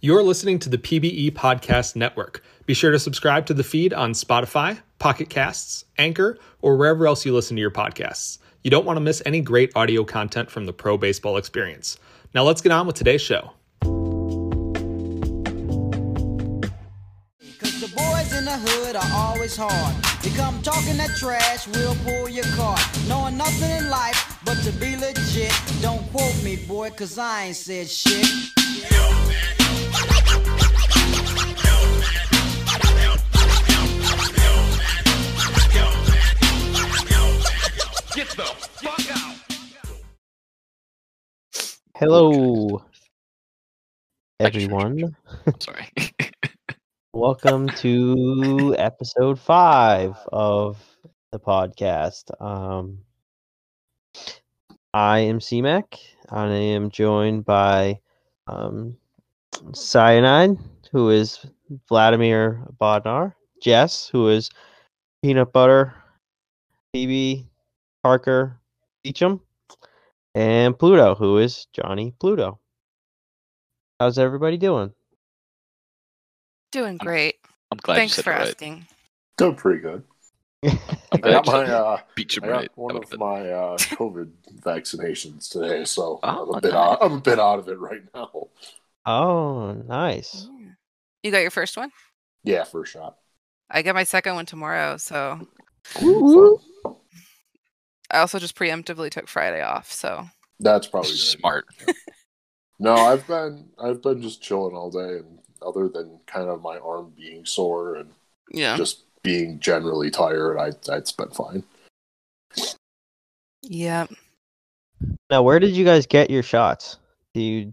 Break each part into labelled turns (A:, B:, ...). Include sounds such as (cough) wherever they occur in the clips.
A: You're listening to the PBE Podcast Network. Be sure to subscribe to the feed on Spotify, Pocket Casts, Anchor, or wherever else you listen to your podcasts. You don't want to miss any great audio content from the pro baseball experience. Now let's get on with today's show.
B: Cause the boys in the hood are always hard. You come talking that trash, we'll pull your card. Knowing nothing in life but to be legit. Don't quote me, boy, cause I ain't said shit.
C: Hello, everyone.
D: I'm sorry. (laughs)
C: Welcome to episode five of the podcast. Um, I am CMAC. I am joined by um, Cyanide, who is Vladimir Bodnar, Jess, who is Peanut Butter, Phoebe, Parker, Beecham, and Pluto, who is Johnny Pluto. How's everybody doing? (laughs)
E: Doing great.
D: I'm glad you
E: Thanks
D: said
E: for
D: it right.
E: asking.
F: Doing pretty good.
D: I'm
F: I
D: glad
F: got
D: you
F: my
D: said
F: uh,
D: beat you
F: I got
D: right.
F: one
D: That
F: of
D: would've been-
F: my uh, COVID vaccinations today, so
D: Oh,
F: I'm a bit
D: nice.
F: out, I'm a bit out of it right now. (laughs)
C: Oh,
F: Mm-hmm.
C: nice.
E: Yeah. You got your first one?
F: Yeah, first shot.
E: I get my second one tomorrow, so
F: So,
E: I also just preemptively took Friday off. So
F: that's probably good.
D: smart.
F: No, I've been I've been just chilling all day, and other than kind of my arm being sore and
E: yeah,
F: just being generally tired, I that's been fine.
E: yeah.
C: Now, where did you guys get your shots? Do you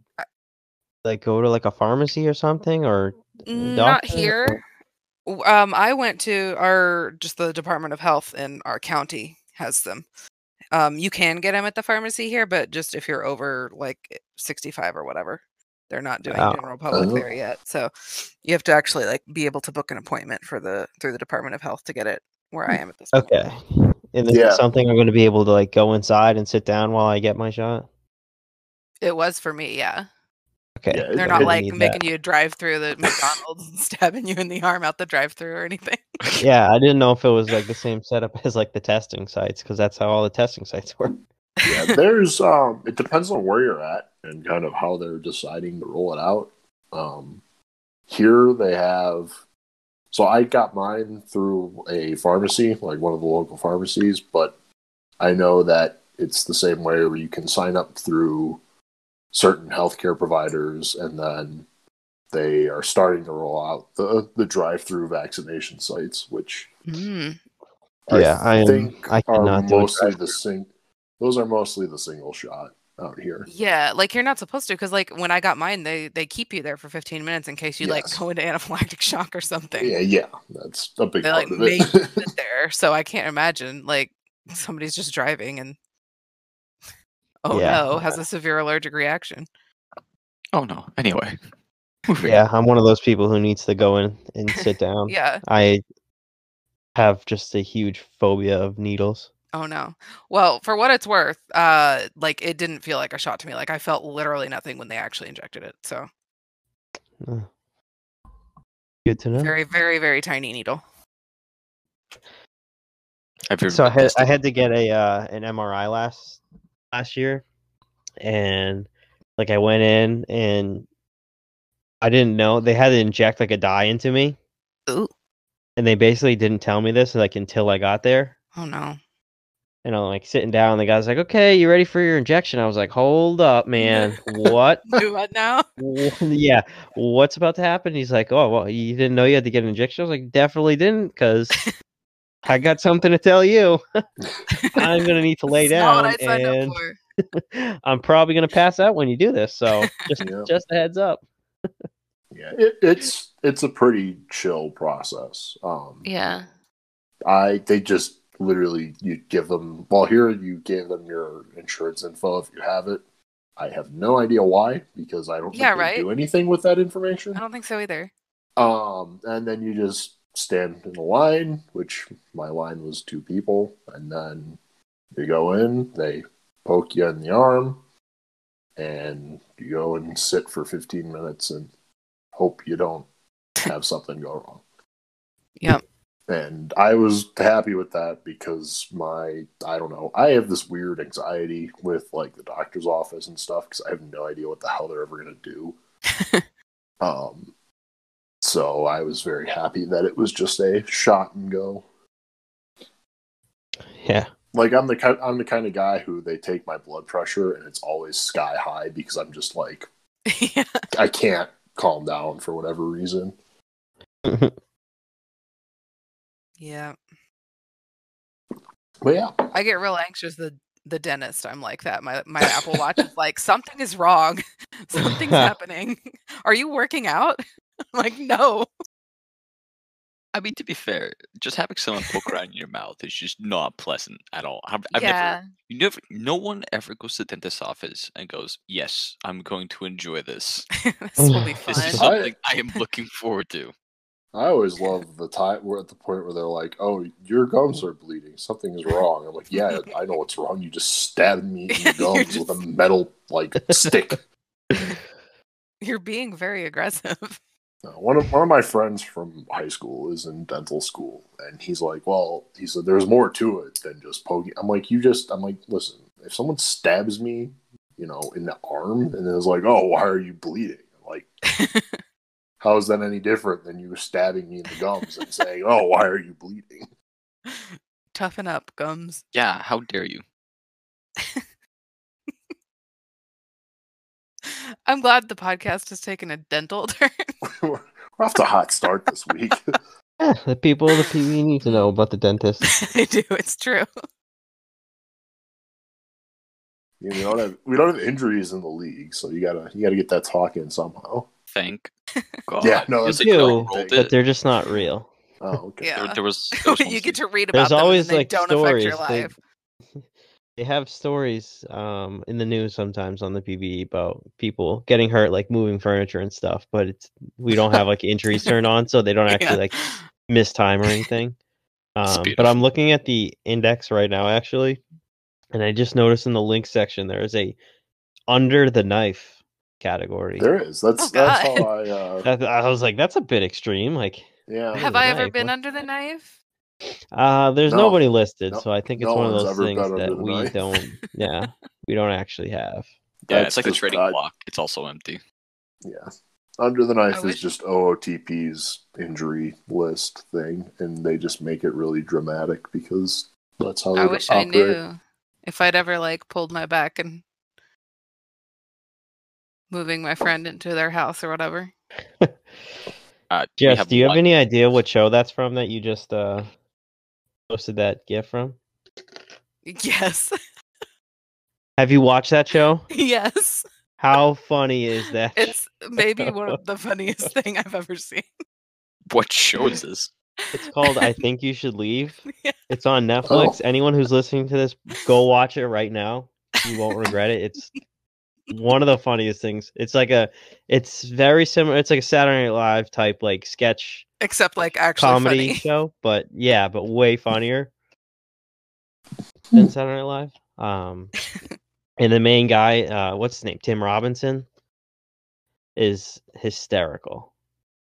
C: like go to like a pharmacy or something, or
E: Not
C: doctor?
E: here. W- Um, I went to our just the Department of Health in our county has them. Um, you can get them at the pharmacy here, but just if you're over like 65 or whatever, they're not doing
C: Oh.
E: general public
F: Oh.
E: there yet. So you have to actually like be able to book an appointment for the through the Department of Health to get it where I am at this. point.
C: Okay, and then
F: Yeah.
C: something I'm going to be able to like go inside and sit down while I get my shot.
E: It was for me, yeah.
C: Okay,
F: Yeah,
E: They're
F: I
E: not
F: didn't
E: like
C: need
E: making (laughs) you drive through the McDonald's and (laughs) stabbing you in the arm out the drive through or anything. (laughs)
C: that. yeah, I didn't know if it was like the same setup (laughs) as like the testing sites because that's how all the testing sites work.
F: Yeah, there's um, it depends on where you're at and kind of how they're deciding to roll it out. Um, here they have, so I got mine through a pharmacy, like one of the local pharmacies, but I know that it's the same way where you can sign up through certain healthcare providers and then they are starting to roll out the, the drive-through vaccination sites, which
E: Mm.
C: Yeah, I am-
F: think
C: I
F: are
C: cannot do a
F: mostly
C: drive-thru.
F: the sing- Those are mostly the single shot out here.
E: Yeah, like you're not supposed to because like when I got mine, they they keep you there for 15 minutes in case you like
F: Yes.
E: go into anaphylactic (laughs) shock or something.
F: Yeah, yeah, that's a big
E: They
F: part
E: like
F: of
E: make
F: (laughs)
E: you
F: it.
E: sit there, so I can't imagine like somebody's just driving and (laughs) oh
C: Yeah.
E: no, has a severe allergic reaction.
D: Oh no. Anyway, (laughs) moving.
C: Yeah, I'm one of those people who needs to go in and
E: (laughs)
C: sit down.
E: Yeah.
C: I have just a huge phobia of needles.
E: Oh no. Well, for what it's worth, uh like it didn't feel like a shot to me. Like I felt literally nothing when they actually injected it. So
C: Ugh. Good to know.
E: very, very, very tiny needle.
D: Have you
C: so I
D: ever been
C: had I
D: tested?
C: had to get a uh, an MRI last last year, and like I went in and I didn't know they had to inject like a dye into me,
E: Ooh.
C: and they basically didn't tell me this like until I got there.
E: Oh no.
C: And I'm like sitting down, and the guy's like, "Okay, you ready for your injection?" I was like, "Hold up, man, what?
E: Do what now?
C: Wh- yeah, what's about to happen?" He's like, "Oh, well, you didn't know you had to get an injection." I was like, "Definitely didn't, because I got something to tell you. I'm gonna
E: (laughs)
C: need to (laughs) lay
E: It's not
C: down,
E: what I signed up
C: and
E: for.
C: (laughs) I'm probably gonna pass out when you do this.
E: (laughs)
C: So just
F: Yeah.
C: just a heads up.
F: yeah, it, it's it's a pretty chill process. Um,
E: Yeah.
F: I they just literally you give them. Well, here you gave them your insurance info if you have it. I have no idea why because I don't think
E: Yeah,
F: they
E: right?
F: do anything with that information.
E: I don't think so either.
F: Um, and then you just stand in a line, which my line was two people, and then you go in, they poke you in the arm, and you go and sit for 15 minutes and hope you don't have something go wrong.
G: Yep.
F: And I was happy with that because my I don't know I have this weird anxiety with like the doctor's office and stuff because I have no idea what the hell they're ever gonna do. um, so I was very happy that it was just a shot and go.
C: Yeah.
F: Like I'm the ki- I'm the kind of guy who they take my blood pressure and it's always sky high because I'm just like
G: (laughs) yeah.
F: I can't calm down for whatever reason.
G: Yeah.
F: But yeah,
G: I get real anxious the the dentist. I'm like that. My
C: (laughs)
G: my Apple Watch is like something is wrong. (laughs) Something's happening. Are you working out? (laughs) I'm like no.
D: I mean, to be fair, just having someone poke around in your mouth is just not pleasant at all. I've, I've never, (laughs) you never, no one ever goes to the dentist's office and goes, "Yes, I'm going to enjoy this.
G: (laughs)
D: (laughs)
G: this will
C: (laughs)
G: be
D: This is
G: fun.
F: I-
D: something I am looking forward to."
F: I always love the time we're at the point where they're like, "Oh, your gums are bleeding. Something's wrong." I'm like, "Yeah, I know what's wrong. You just stabbed me in the
G: You're
F: gums with a metal like stick."
G: You're being very aggressive. (laughs)
F: Uh, one of one of my friends from high school is in dental school, and he's like, "Well, he said there's more to it than just poking." I'm like, "You just," I'm like, "Listen, if someone stabs me, you know, in the arm, and it's like, oh, why are you bleeding?" I'm like, how is that any different than you stabbing me in the gums and saying, "Oh, why are you bleeding?" (laughs)
G: Toughen up, gums.
D: Yeah, how dare you?
G: I'm glad the podcast has taken a dental (laughs) turn.
C: (laughs)
F: we're we're off to a hot start this week. (laughs)
C: Yeah, the people the people you need to know about the dentist.
G: I do. It's true.
F: You know, we don't have we don't have injuries in the league, so you gotta you gotta get that talk in somehow.
D: Thank
G: (laughs)
D: God.
F: Yeah, no,
D: Feels
F: that's
D: like I
C: true,
D: rolled
F: but
D: it.
C: But they're just not real.
F: Oh, okay.
G: Yeah.
D: There, there was,
G: (laughs)
D: there was one
G: you
D: thing-
G: get to read about
C: There's
G: them
C: always
G: and they
C: like
G: don't affect
C: stories.
G: your
C: they-
G: life.
C: (laughs) They have stories um, in the news sometimes on the PB about people getting hurt, like moving furniture and stuff. But it's we don't have like injuries turned on, so they don't actually
G: (laughs) Yeah.
C: like miss time or
G: (laughs)
C: anything.
D: It's
C: Um, but
D: beautiful.
C: I'm looking at the index right now, actually, and I just noticed in the link section there is a under the knife category.
F: There is. That's
G: Oh,
F: that's
G: God.
F: how I
G: (laughs)
F: uh
C: That- I was like, that's a bit extreme. Like,
F: yeah.
G: Have
C: the
G: I ever
C: knife,
G: been
C: Oh, what-
G: under the knife?
C: Uh, there's
F: No.
C: nobody listed,
F: No-
C: so I think it's
F: no
C: one of
F: one's
C: those
F: ever
C: things
F: been under
C: that
F: the
C: we
F: knife.
C: don't.
F: (laughs)
C: Yeah, we don't actually have.
D: yeah,
F: that's
D: it's like a
F: just
D: trading
F: God.
D: block. It's also empty.
F: Yeah. Under the knife is
G: wish-
F: just OOTP's injury list thing, and they just make it really dramatic because that's how they
G: I wish I
F: operate.
G: knew if I'd ever like pulled my back and moving my friend into their house or whatever. (laughs)
D: Uh, we
C: Jess,
D: have
C: do you have
D: one-
C: any idea what show that's from that you just uh posted that gif from?
G: Yes. (laughs)
C: Have you watched that show?
G: yes.
C: How funny is
E: (laughs)
C: that?
G: It's maybe one
C: (laughs)
G: of the funniest (laughs) thing I've ever seen.
D: What show
C: (laughs)
D: is this?
C: It's called "I Think You Should Leave."
G: Yeah.
C: It's on
F: (laughs) Oh.
C: Netflix. Anyone who's listening to this, go watch it right now. You won't regret it. It's one of the funniest things. It's like a, it's very similar. It's like a Saturday Night Live type like sketch
G: Except like actually
C: comedy
G: funny.
C: show, but yeah, but way funnier than
G: Mm.
C: Saturday Night Live. Um, and the main guy, uh, what's his name, Tim Robinson, is hysterical.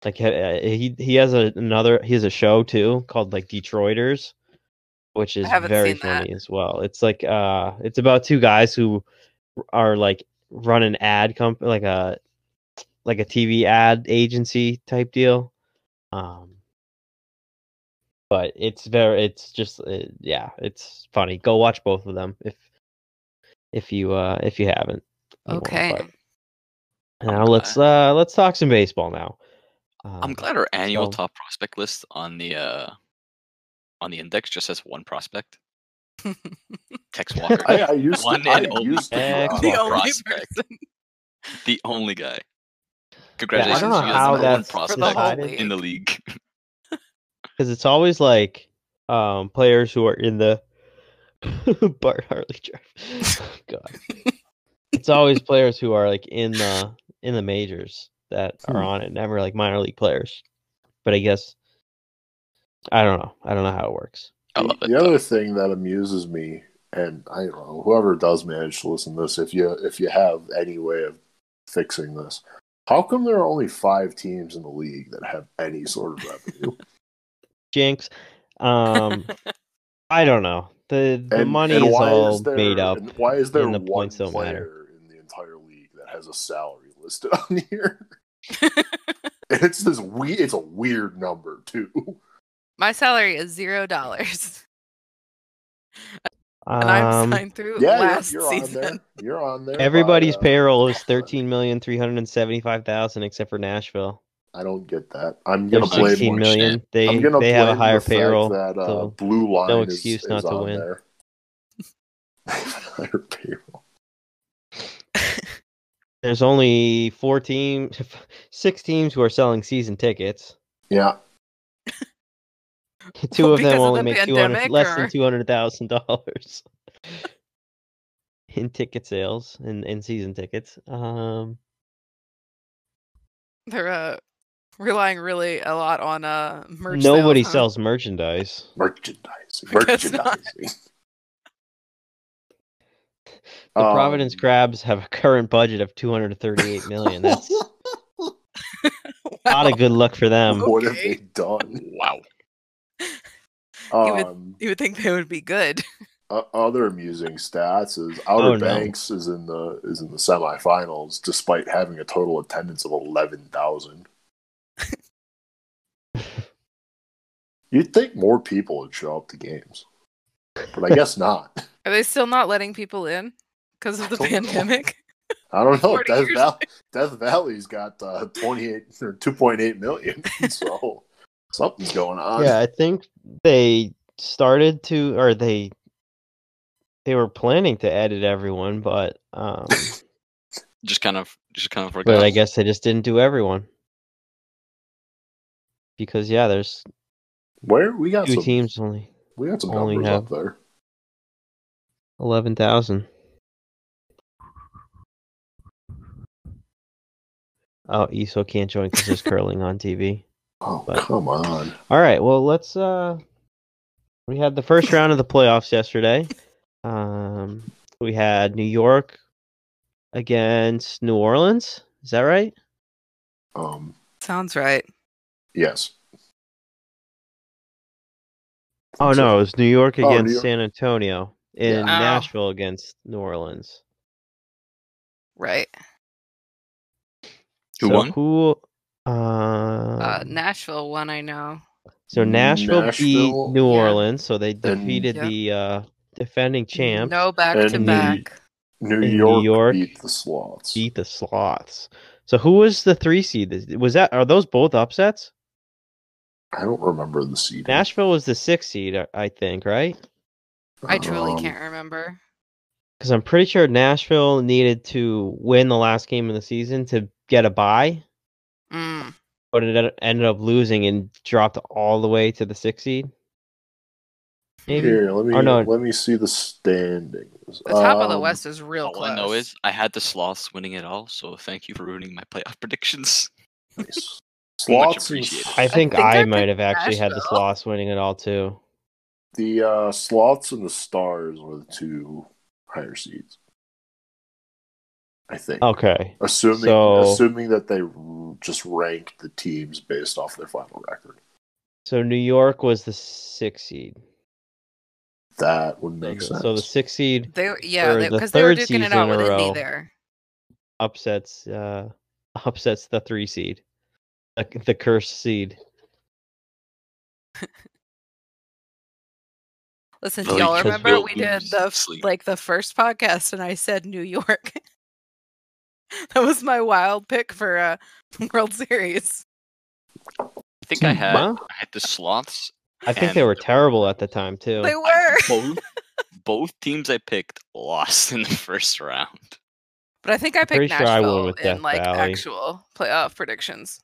C: Like uh, he he has a, another he has a show too called like Detroiters, which is
G: haven't
C: very
G: seen that.
C: funny as well. It's like uh, it's about two guys who are like run an ad comp like a like a TV ad agency type deal. Um, but it's very it's just uh, yeah, it's funny. Go watch both of them if if you uh if you haven't. You won't,
G: Okay.
C: but-
D: I'm
C: Now let's uh let's talk some baseball now.
D: I'm
C: Um,
D: glad our annual
C: so-
D: top prospect list on the uh, on the index just has one prospect.
C: (laughs)
D: Tex Walker,
F: I, I used
D: One
F: to, I
D: and only
F: used to
C: Heck
F: uh,
G: (laughs) the
D: Well,
G: only
D: prospect.
G: person
D: (laughs) the only guy.
C: yeah,
D: Congratulations,
C: I don't know
D: you are
G: the
C: how
D: the number one
C: that's
G: For
D: prospect
G: the whole
C: decided.
G: league.
D: in the league. (laughs)
C: because it's always like um players who are in the (laughs) Bart Hartley draft. Oh, God, it's always players who are like in the in the majors that are
F: Hmm.
C: on it, never like minor league players. But I guess I don't know. I don't know how it works.
D: I
F: The-
D: love it.
F: The
D: though.
F: other thing that amuses me, and I don't know, whoever does manage to listen to this, if you if you have any way of fixing this, How come there are only five teams in the league that have any sort of revenue?
C: Jinx.
E: (laughs)
G: (laughs)
C: Um, I don't know. The the money is
F: why
C: all
F: there-
C: made up.
F: and why is there
C: and the
F: one
C: points don't
F: player
C: matter.
F: in the entire league that has a salary listed (laughs) on
E: (laughs)
F: here? it's this we. It's a weird number too.
E: (laughs) My salary is zero dollars, and I'm
C: Um,
E: signed through
F: yeah, you're-
E: last
F: you're,
E: season.
F: on there. You're on there. by,
C: everybody's
F: uh,
C: payroll
F: (laughs)
C: is thirteen million three hundred and seventy five thousand, except for Nashville.
F: I don't get that. I'm
C: They're
F: gonna blame.
C: sixteen million. They
F: I'm gonna
C: they have a
F: blame
C: higher
F: the fact
C: payroll.
F: That uh,
C: so
F: blue line.
C: no
F: is-
C: excuse
F: is
C: not to
F: on
C: win.
F: there. (laughs) higher payroll.
C: There's only four teams, (laughs) six teams who are selling season tickets. (laughs)
F: Yeah,
C: Two of
E: because
C: them
E: of
C: only
E: the
C: make 200,
E: pandemic,
C: less
E: or-
C: than two hundred thousand dollars (laughs) in ticket sales and in season tickets. Um,
E: They're uh, relying really a lot on uh merch. sales,
C: nobody
E: huh? (laughs)
C: sells merchandise.
F: merchandise.
E: I guess not.
F: Merchandising.
C: The Providence
F: Um,
C: Crabs have a current budget of 238 million.
E: (laughs)
C: That's not a good look for them.
F: What have
E: Okay.
F: they done?
D: Wow.
E: would-
F: Um,
E: (laughs) You would think they would be good. (laughs)
F: o- other amusing stats is Outer
C: Oh, no.
F: Banks is in the is in the semifinals despite having a total attendance of eleven
C: (laughs)
F: thousand. You'd think more people would show up to games, but I guess not.
E: Are they still not letting people in because of the
F: don't know.
E: pandemic? (laughs)
F: I don't know.
E: 40
F: Death,
E: years
F: Val- Death Valley's got uh, twenty eight or two point eight
E: (laughs)
F: million, so something's going on.
C: Yeah, I think they started to, or they they were planning to edit everyone, but um,
D: Just kind of, just kind of forgot.
C: but I guess they just didn't do everyone because yeah, there's
F: Where we got
C: two
F: some
C: teams only
F: we got some
C: only
F: numbers
C: have-
F: up there.
C: eleven thousand. Oh, Esau can't join because there's curling on TV.
F: Oh
C: But-
F: come on!
C: All right. Well, let's. uh We had the first round of the playoffs yesterday. Um We had New York against New Orleans. Is that right?
F: Um,
E: Sounds right.
F: yes.
C: Oh no, it was New York
F: Oh, New
C: against
F: York.
C: San Antonio and
F: Yeah.
E: Oh.
C: Nashville against New Orleans.
E: Right.
D: Who
C: so
D: won?
C: Who? Uh,
E: Uh,
C: Um,
E: Nashville one, I know.
C: so Nashville,
F: Nashville-
C: beat New
E: Yeah.
C: Orleans, so they defeated
E: Yeah.
C: the uh defending champ.
E: No back
F: And
E: to
F: the-
E: back.
F: New
C: In New
F: York,
C: York,
F: beat the sloths.
C: Beat the sloths. So who was the three seed? Was that are those both upsets?
F: I don't remember the seed.
C: Nashville was the sixth seed, I- I think, right?
E: I truly
F: Um,
E: can't remember.
C: Because I'm pretty sure Nashville needed to win the last game of the season to get a bye,
E: Mm.
C: but it en- ended up losing and dropped all the way to the sixth seed. Maybe.
F: Here, let me
C: Or no.
F: let me see the standings.
E: The top of the
F: Um, (laughs)
E: West is real
D: All
E: close.
D: I know is I had the sloths winning it all, so thank you for ruining my playoff (laughs) predictions.
F: nice. Sloths. and-
D: appreciated.
C: I think
E: think
C: I,
E: I
C: might
E: picked
C: have actually had the
E: Nashville.
C: sloths winning it all too.
F: the uh, sloths and the stars were the two higher seeds. I think.
C: Oh, Okay.
F: Assuming
C: So-
F: assuming that they r- just ranked the teams based off their final record,
C: So New York was the sixth seed.
F: that would make sense.
C: So the sixth seed
E: They were- yeah,
C: for the
E: because they were
C: third
E: duking it out
C: season in
E: with
C: a
E: Indy
C: row.
E: there.
C: upsets uh (laughs) upsets the three seed. The, the cursed seed.
E: Listen,
D: Well,
E: do y'all
C: because
E: remember
C: we'll
E: we did
D: lose
E: the f-
D: sleep.
E: like the first podcast and I said New York. (laughs) that was my wild pick for uh, (laughs) World Series.
D: I think I had,
C: Huh?
D: I had the sloths.
C: I think they
D: and
C: were terrible at the time too.
E: They
D: I-
E: were,
D: both, both teams I picked lost in the first round.
E: but I think I
C: pretty
E: picked
C: sure I won
E: Nashville
C: with Death
E: in like
C: Valley.
E: actual playoff predictions.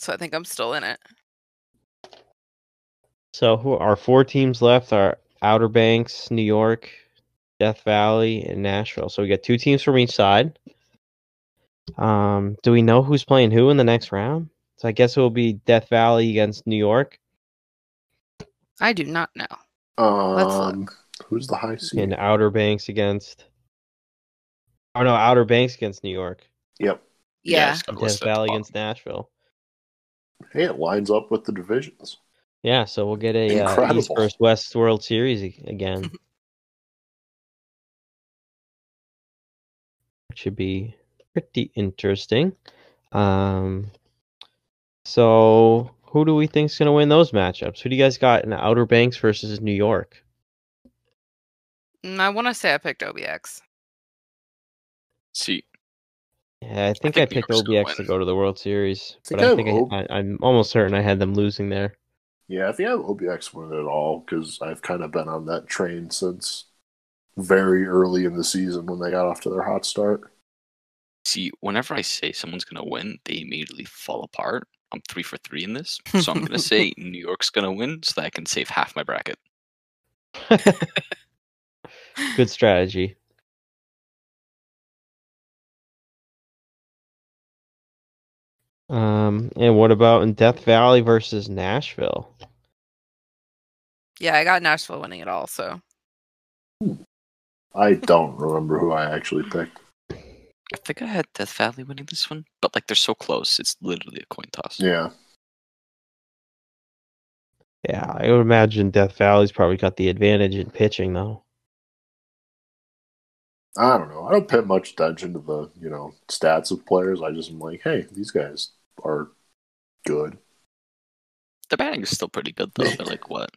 E: So I think I'm still in it.
C: So who our four teams left are Outer Banks, New York, Death Valley, and Nashville. So we got two teams from each side. Um, do we know who's playing who in the next round? So I guess it will be Death Valley against New York
E: I do not know.
F: um,
E: Let's look.
F: who's the high seed?
C: and Outer Banks against Oh no, Outer Banks against New York.
F: Yep.
G: Yeah.
D: it's got
C: Death
D: listed at the
C: Valley
D: bottom.
C: against Nashville.
F: Hey, it lines up with the divisions.
C: Yeah, so we'll get a uh, East
F: Incredible.
C: versus West World Series ag- again. Which should be pretty interesting. Um, so who do we think's going to win those matchups? Who do you guys got in Outer Banks versus New York?
G: Mm, I want to say I picked OBX.
D: See,
C: Yeah, I think I,
D: think
C: picked
D: New York's gonna
C: OBX to
D: win.
C: go to the World Series,
F: think
C: but I
F: I
C: think
F: hope-
C: I, I, I'm almost certain I had them losing there.
F: Yeah, I think I have OBX win it all because I've kind of been on that train since very early in the season when they got off to their hot start.
D: see, whenever I say someone's gonna win, they immediately fall apart. I'm three for three in this, so I'm gonna (laughs) say New York's gonna win so that I can save half my bracket.
C: (laughs) Good strategy. Um, and what about in Death Valley versus Nashville?
G: Yeah, I got Nashville winning it all. So
F: I don't remember who I actually picked.
D: I think I had Death Valley winning this one, but like they're so close, it's literally a coin toss.
F: Yeah,
C: Yeah, I would imagine Death Valley's probably got the advantage in pitching, though.
F: I don't know. I don't pay much attention to the you know stats of players. I just am like, hey, these guys are good.
D: The batting is still pretty good though. (laughs) They're like what?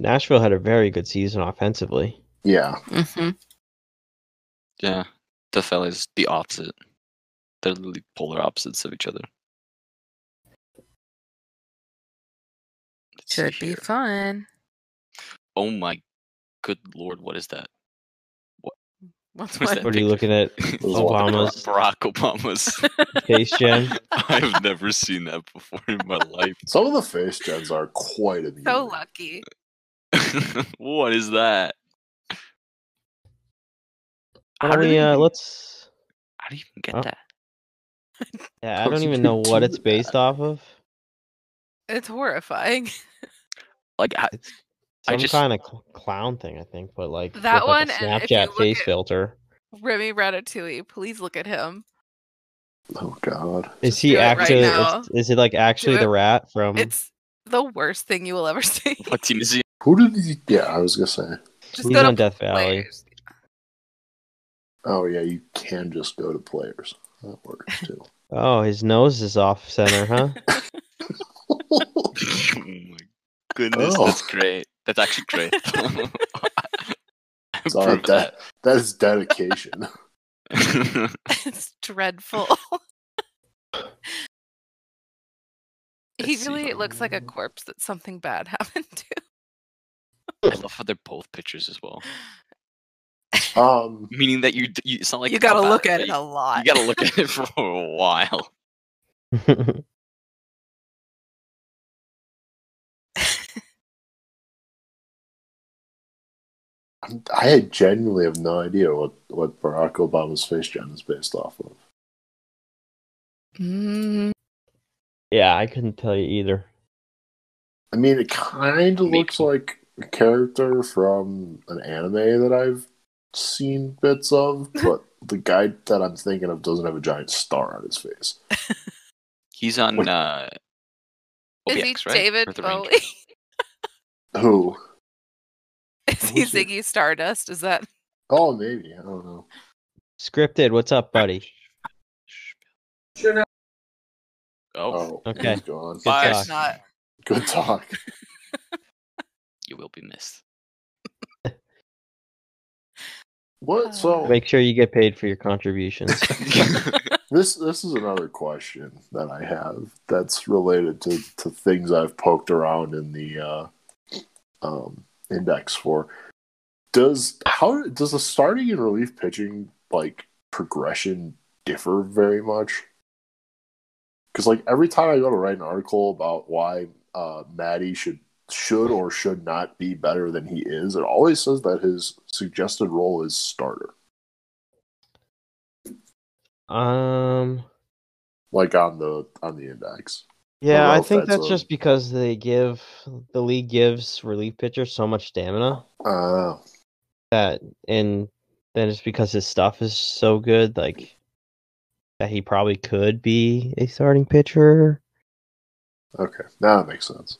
C: Nashville had a very good season offensively.
F: Yeah,
E: Mm-hmm.
D: Yeah, Death Valley is the opposite. They're literally polar opposites of each other. Let's see
G: (laughs) should be
D: here.
G: fun.
D: Oh my good lord, what is that?
G: What's
D: (laughs) What's
G: what?
D: that
C: What are you
D: picture?
C: looking at? Obama's-
D: Barack Obama's. (laughs)
C: Face Gen?
D: I've never seen that before in my life. (laughs)
F: some of the face gens are quite amusing.
G: So lucky.
D: what is that?
C: Why
D: How
C: don't
D: did
C: we,
D: it
C: uh,
D: even-
C: let's.
D: How do you even get
C: Oh.
D: that?
C: Yeah, I
F: How
C: don't
F: did
C: even
F: you
C: know what
F: do
C: it's based off of.
G: It's horrifying.
E: (laughs)
D: Like, I,
C: It's
D: I
C: some
D: just-
C: kind of cl- clown thing, I think, but like
G: That
C: with, like, a
G: one, and if you
C: Snapchat
G: look
C: face
G: at-
C: filter.
G: Remy Ratatouille, please look at him.
F: Oh god,
C: Is he
G: do it right
C: actually?
G: now.
C: is, is it like actually
G: it.
C: the rat
F: Um
C: from?
G: It's the worst thing you will ever (laughs) see.
D: what team is he?
F: who did he? Yeah, I was gonna say.
G: Just
C: He's
G: go to
C: on Death Valley.
G: players.
F: Oh yeah, you can just go to players. That works too.
C: Oh, his nose is off center, huh?
D: (laughs)
G: (laughs)
C: (laughs)
D: oh my goodness,
F: Oh.
D: that's great. That's actually
G: (laughs)
D: great. (laughs) I
F: Sorry,
D: approve
F: that that is dedication.
D: that.
G: (laughs) it's dreadful. (laughs) he
D: Let's see.
G: really looks like a corpse that something bad (laughs) happened to.
D: I love how they're both pictures as well.
F: um,
D: Meaning that you, d- you it's not like
G: you gotta
D: a
G: look
D: bad-
G: at it a lot.
D: You
G: (laughs)
D: gotta look at it (laughs) for a while.
F: I genuinely have no idea what what Barack Obama's face gen is based off of.
G: Mm,
C: yeah, I couldn't tell you either.
F: I mean, it kind of
D: Me-
F: looks like a character from an anime that I've seen bits of, but the guy that I'm thinking of doesn't have a giant star on his face.
D: He's on
F: Wait.
D: uh,
G: is
D: OBX,
G: he
D: right? Or
G: David
D: the Ranger?
G: Bowie?
F: Who?
G: (laughs) Is he
F: Who's it?
G: Ziggy Stardust? Is that
F: Oh, maybe I don't know.
C: Scripted, what's up, buddy?
D: Oh,
F: Oh,
C: Okay.
F: he's gone.
D: Bye.
G: it's not?
F: Good talk.
D: you will be
C: (laughs)
D: missed. (laughs)
F: What? So
C: Make sure you get paid for your (laughs) contributions.
F: This this is another question that I have that's related to, to things I've poked around in the uh, um, index for. Does how does the starting and relief pitching like progression differ very much? Because like every time I go to write an article about why uh, Maddie should should or should not be better than he is, it always says that his suggested role is starter,
C: um,
F: like on the on the index.
C: yeah,
F: know
C: I
F: if
C: think
F: that's
C: that's
F: a-
C: just because they give the league gives relief pitchers so much stamina
F: Uh,
C: that, and then it's because his stuff is so good. Like, that he probably could be a starting pitcher,
F: Okay, now that makes sense.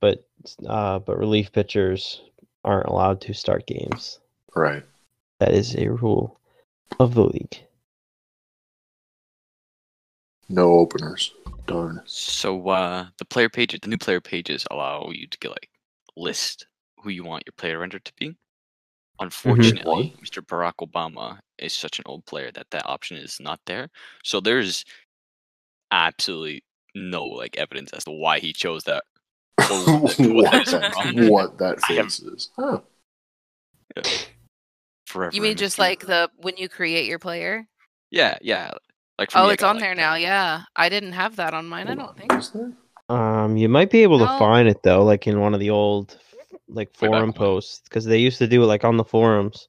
C: but uh, but relief pitchers aren't allowed to start games.
F: Right.
C: That is a rule of the league.
F: No openers. Darn.
D: So uh, the player pages, the new player pages allow you to get like list who you want your player render to be.
C: Mm-hmm.
D: Unfortunately, Mr. Barack Obama is such an old player that that option is not there. So there's absolutely no like evidence as to why he chose that.
C: (laughs)
D: or (laughs) (laughs) what
F: what,
D: the- what the-
F: that, (laughs) what that
D: I have-
F: face is. Huh.
D: Forever
E: You mean
D: and
E: just
D: ever.
E: like the when you create your player?
D: yeah, yeah. Like for
E: Oh,
D: me, I
E: it's
D: got,
E: on
D: like,
E: there
D: the-
E: now. Yeah, I didn't have that on mine. I don't think.
F: Is there?
C: Um, you might be able to
E: No.
C: find it though, like in one of the old like
D: Way back
C: forum
D: when.
C: posts, because they used to do it like on the forums.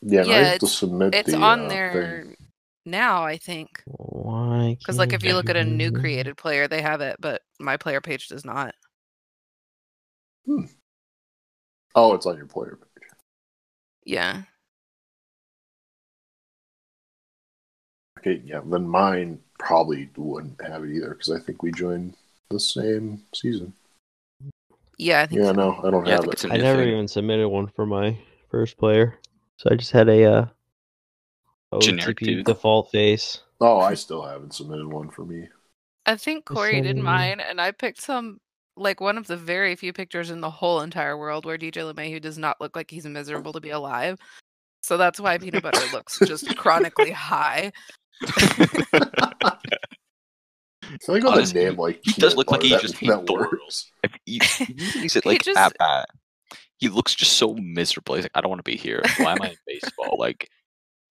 F: Yeah, and I
E: Yeah,
F: have to submit
E: It's
F: the,
E: on
F: uh,
E: there
F: thing.
E: now. I think
C: Why?
E: because
D: Oh,
E: like if you look at a new
C: can't-
E: created player, they have it, but my player page does not.
F: Oh, it's on your player page.
E: Yeah.
F: Okay, yeah, then mine probably wouldn't have it either because I think we joined the same season.
E: Yeah, I think.
F: Yeah,
E: so.
F: no, I don't
D: Yeah, I
F: have
D: think
F: it.
D: it's a
C: I
D: new
C: never
D: thing.
C: even submitted one for my first player, so I just had a uh,
D: Generic
C: OTP
D: dude.
C: default face.
F: Oh, I still haven't submitted one
D: (laughs)
F: for me. (laughs)
E: I think
C: The
E: Corey did
C: same.
E: mine, and I picked some like one of the very few pictures in the whole entire world where DJ LeMahieu does not look like he's miserable to be alive. So that's why peanut butter looks just chronically high.
D: (laughs)
E: (laughs)
F: I feel like with
D: Honestly,
F: a name like
D: Oh, he does
F: Peanut
D: look like
F: Butter,
D: he
F: that-
D: just hates
F: (laughs) that
D: the world.
F: works.
D: If
E: (laughs)
D: he, he is it
E: He
D: like
E: just-
D: at bat. He looks just so miserable. He's like, I don't want to be here. Why am I in baseball? Like,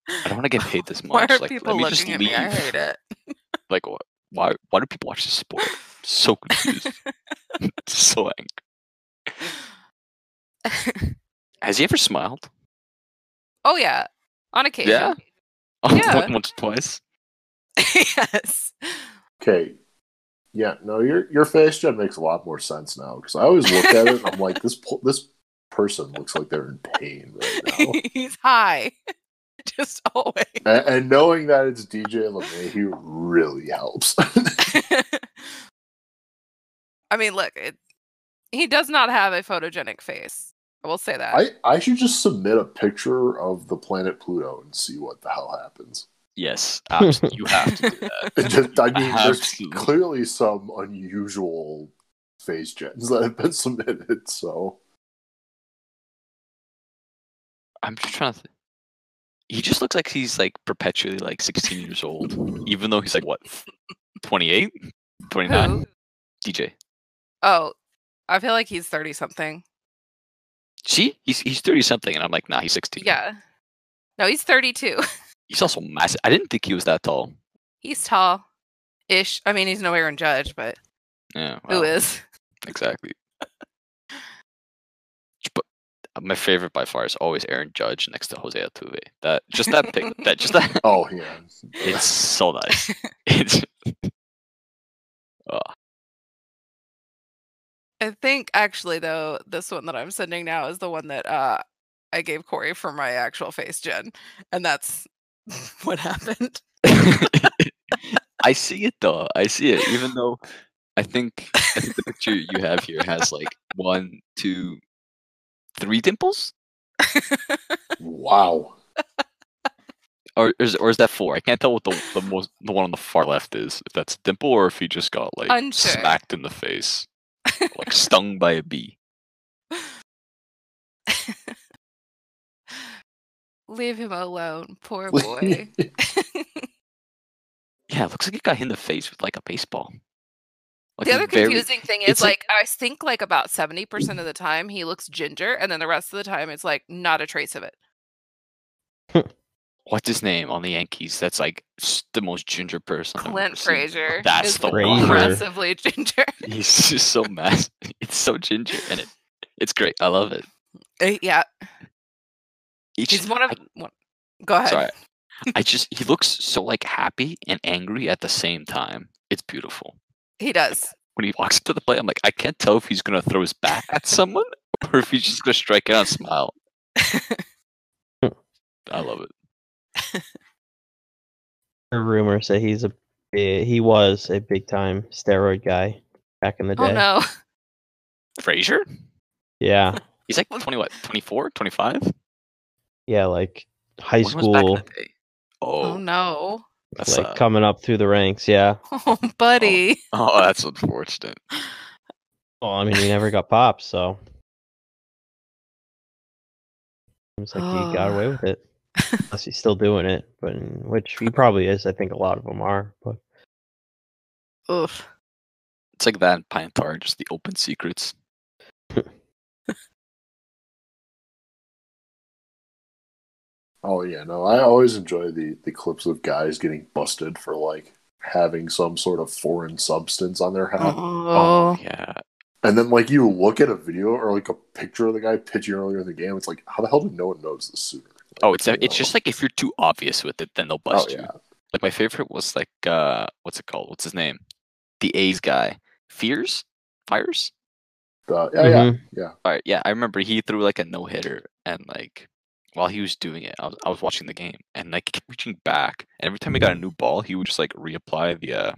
D: I don't want to get paid this
E: (laughs) Why
D: much.
E: are
D: Like,
E: people
D: let me just
E: looking at
D: leave.
E: me? I hate it.
D: Like, wh- why? Why do people watch this
E: (laughs)
D: sport? So confused. (laughs) so angry.
E: (laughs)
D: Has he ever smiled? (laughs)
E: oh yeah, on occasion. (laughs)
D: Yeah?
E: Yeah.
D: Once, twice.
E: yes.
F: Okay. Yeah, no, your your face gen makes a lot more sense now because I always look at it and I'm like, this po- this person looks like they're in pain
D: Oh,
F: right now.
E: (laughs) he's high. Just always.
F: and, and knowing that it's DJ LeMahieu really helps.
E: (laughs) I mean, look, it, he does not have a photogenic face. I will say that.
F: I I should just submit a picture of the planet Pluto and see what the hell happens.
D: Yes. Absolutely. you have
E: (laughs)
D: to do
F: It
D: that.
F: just- I mean, there's
D: Absolutely.
F: clearly some unusual face gens that have been (laughs) submitted. So
D: I'm just trying to. Th- he just looks like he's like perpetually like 16 years old, even though he's like what, 28, 29.
E: Who?
D: DJ.
E: Oh, I feel like he's thirty something.
D: See, he's he's 30 something, and I'm like, nah, he's 16.
E: Yeah. No, he's thirty-two. (laughs)
D: He's also massive. I didn't think he was that tall.
E: he's tall, ish. I mean, he's nowhere in judge, but
D: Yeah.
E: who
D: well,
E: is?
D: Exactly. But uh, my favorite by far is always Aaron Judge next to Jose Altuve. That just that
E: (laughs)
D: pic, that just that
F: oh yeah,
D: It's so nice. It's (laughs)
E: I think actually though, this one that I'm sending now is the one that uh, I gave Corey for my actual face gen, and that's (laughs) what happened.
D: I see it though. I see it. Even though I think, I think the picture you have here has like one, two, three dimples,
F: wow.
D: or is or is that four? I can't tell what the the most the one on the far left is. If that's a dimple or if he just got like
E: Unsure.
D: smacked in the face,
E: (laughs)
D: like stung by a bee.
E: Leave him alone, poor
F: (laughs)
E: boy. (laughs)
D: Yeah, it looks like he got hit in the face with like a baseball. Like
E: the
D: he's
E: other
D: very-
E: confusing thing is
D: it's like-
E: like, I think like about seventy percent of the time he looks ginger, and then the rest of the time it's like not a trace of it.
D: what's his name on the Yankees? That's like s- the most ginger person. I've ever
E: Clint
D: seen.
E: Frazier.
D: That's
E: is (laughs)
D: the
C: one.
E: aggressively ginger.
D: (laughs) He's just so mad. (laughs) It's so ginger, and it it's great. I love it.
E: Uh, yeah,
D: Each
E: he's one of.
D: I-
E: one- Go ahead. (laughs)
D: sorry, I just he looks so like happy and angry at the same time. It's beautiful
E: He does.
D: when he walks to the plate. I'm like, I can't tell if he's gonna throw his bat at someone or if he's just gonna strike out and smile. I love it.
C: rumors that he's a bi- he was a big time steroid guy back in the day.
E: Oh no.
D: Frazier?
C: Yeah,
D: He's like 20, what, 24, 25?
C: yeah, like high
D: When was back in
C: school,
D: the day? Oh,
E: Oh no. (laughs)
D: that's
C: like
D: uh,
C: coming up through the ranks. Yeah.
E: Oh buddy.
D: oh, that's unfortunate. Oh,
C: Well, I mean, he never
D: (laughs)
C: got popped, so seems like he got
D: Oh.
C: away with it. Unless he's still doing it, but which
D: (laughs)
C: he probably is. I think a lot of them are, but
E: Oof.
D: It's like that and Pine just the open secrets.
F: Oh yeah, no, I always enjoy the the clips of guys getting busted for like having some sort of foreign substance on their hat,
E: Oh.
D: yeah.
F: and then like you look at a video or like a picture of the guy pitching earlier in the game, it's like how the hell did no one notice this sooner?
D: Oh, it's
F: you
D: it's
F: know?
D: just like if you're too obvious with it, then they'll
F: oh
D: bust you.
F: yeah,
D: Like my favorite was like uh, what's it called? What's his name? The A's guy, Fears, Fires.
F: Uh, yeah, yeah,
C: Mhm.
F: yeah.
D: All right, yeah, I remember he threw like a no hitter, and like while he was doing it, I was, I was watching the game, and like he kept reaching back, and every time he got a new ball, he would just like reapply the uh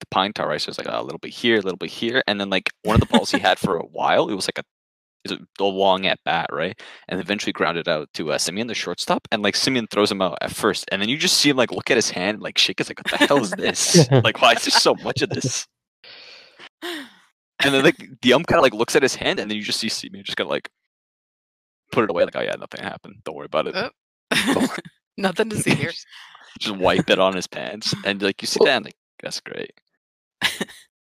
D: the pine tar. Right, so it's like a little bit here, a little bit here, and then like one of the balls he had for a while, it was like a it was a long at bat, right? And eventually grounded out to uh, Simeon, the shortstop, and like Simeon throws him out at first, and then you just see him like look at his hand, like shake, it's like what the hell is this? like why is there so much of this? And then like the ump kind of like looks at his hand, and then you just see Seaman just kind of like put it away, like oh yeah, nothing happened. Don't worry about it.
E: Oh, (laughs)
D: (laughs)
E: Nothing to see (laughs) here. (sighs)
D: just, just wipe it on his pants, and like you sit down, like that's
F: (laughs)
D: great.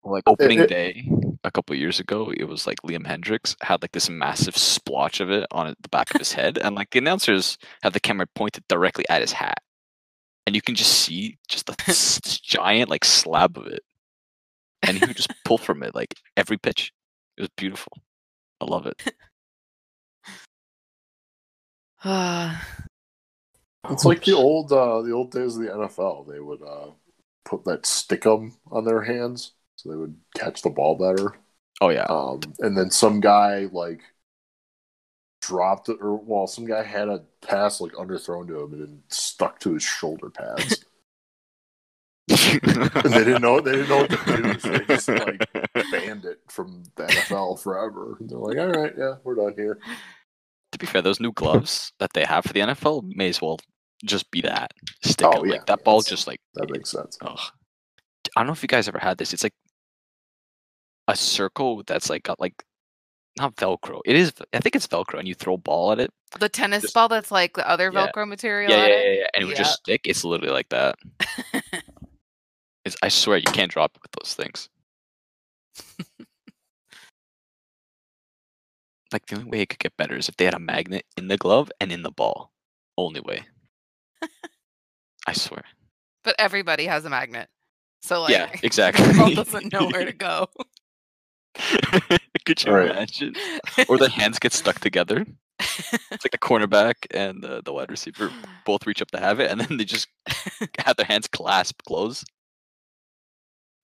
D: like opening
F: it-
D: day a couple years ago, it was like Liam Hendricks had like this massive splotch of it on the back of his head, and like the announcers had the camera pointed directly at his hat, and you can just see just
F: (laughs)
D: the this giant like slab of it, and he would just pull from it like every pitch. It was beautiful. I love it.
E: Ah.
F: It's like the old uh, the old days of the NFL. They would uh, put that stickum on their hands so they would catch the ball better.
D: Oh yeah.
F: Um, and then some guy like dropped it, or well, some guy had a pass like underthrown to him and then stuck to his shoulder pads. And (laughs) they didn't know they didn't know what to do. So they just like
D: (laughs)
F: banned it from the NFL forever. And they're like, all right, yeah, we're done here.
D: to be fair, those new gloves that they have for the NFL may as well just be that stick.
F: Oh,
D: 'em.
F: yeah,
D: like, that ball
F: yes.
D: just like
F: That
D: it-
F: makes sense.
D: ugh. I don't know if you guys ever had this. It's like a circle that's like got like not Velcro. It is. I think it's Velcro, and you throw a ball at it.
E: The tennis
D: Just-
E: ball that's like the other
D: Yeah.
E: Velcro material.
D: Yeah, yeah,
E: on
D: yeah,
E: it.
D: yeah, And it would just stick. It's literally like that. It's, I swear you can't drop it with those things. (laughs) like the only way it could get better is if they had a magnet in the glove and in the ball. Only
E: (laughs)
D: way. I swear. (laughs)
E: But everybody has a magnet. So like
D: yeah,
E: (laughs) the ball
D: exactly.
E: doesn't know where to go.
D: could you
F: Right.
D: imagine? (laughs) Or the hands get stuck together. It's like the cornerback and the, the wide receiver both reach up to have it, and then they just
E: (laughs)
D: have their hands clasped close.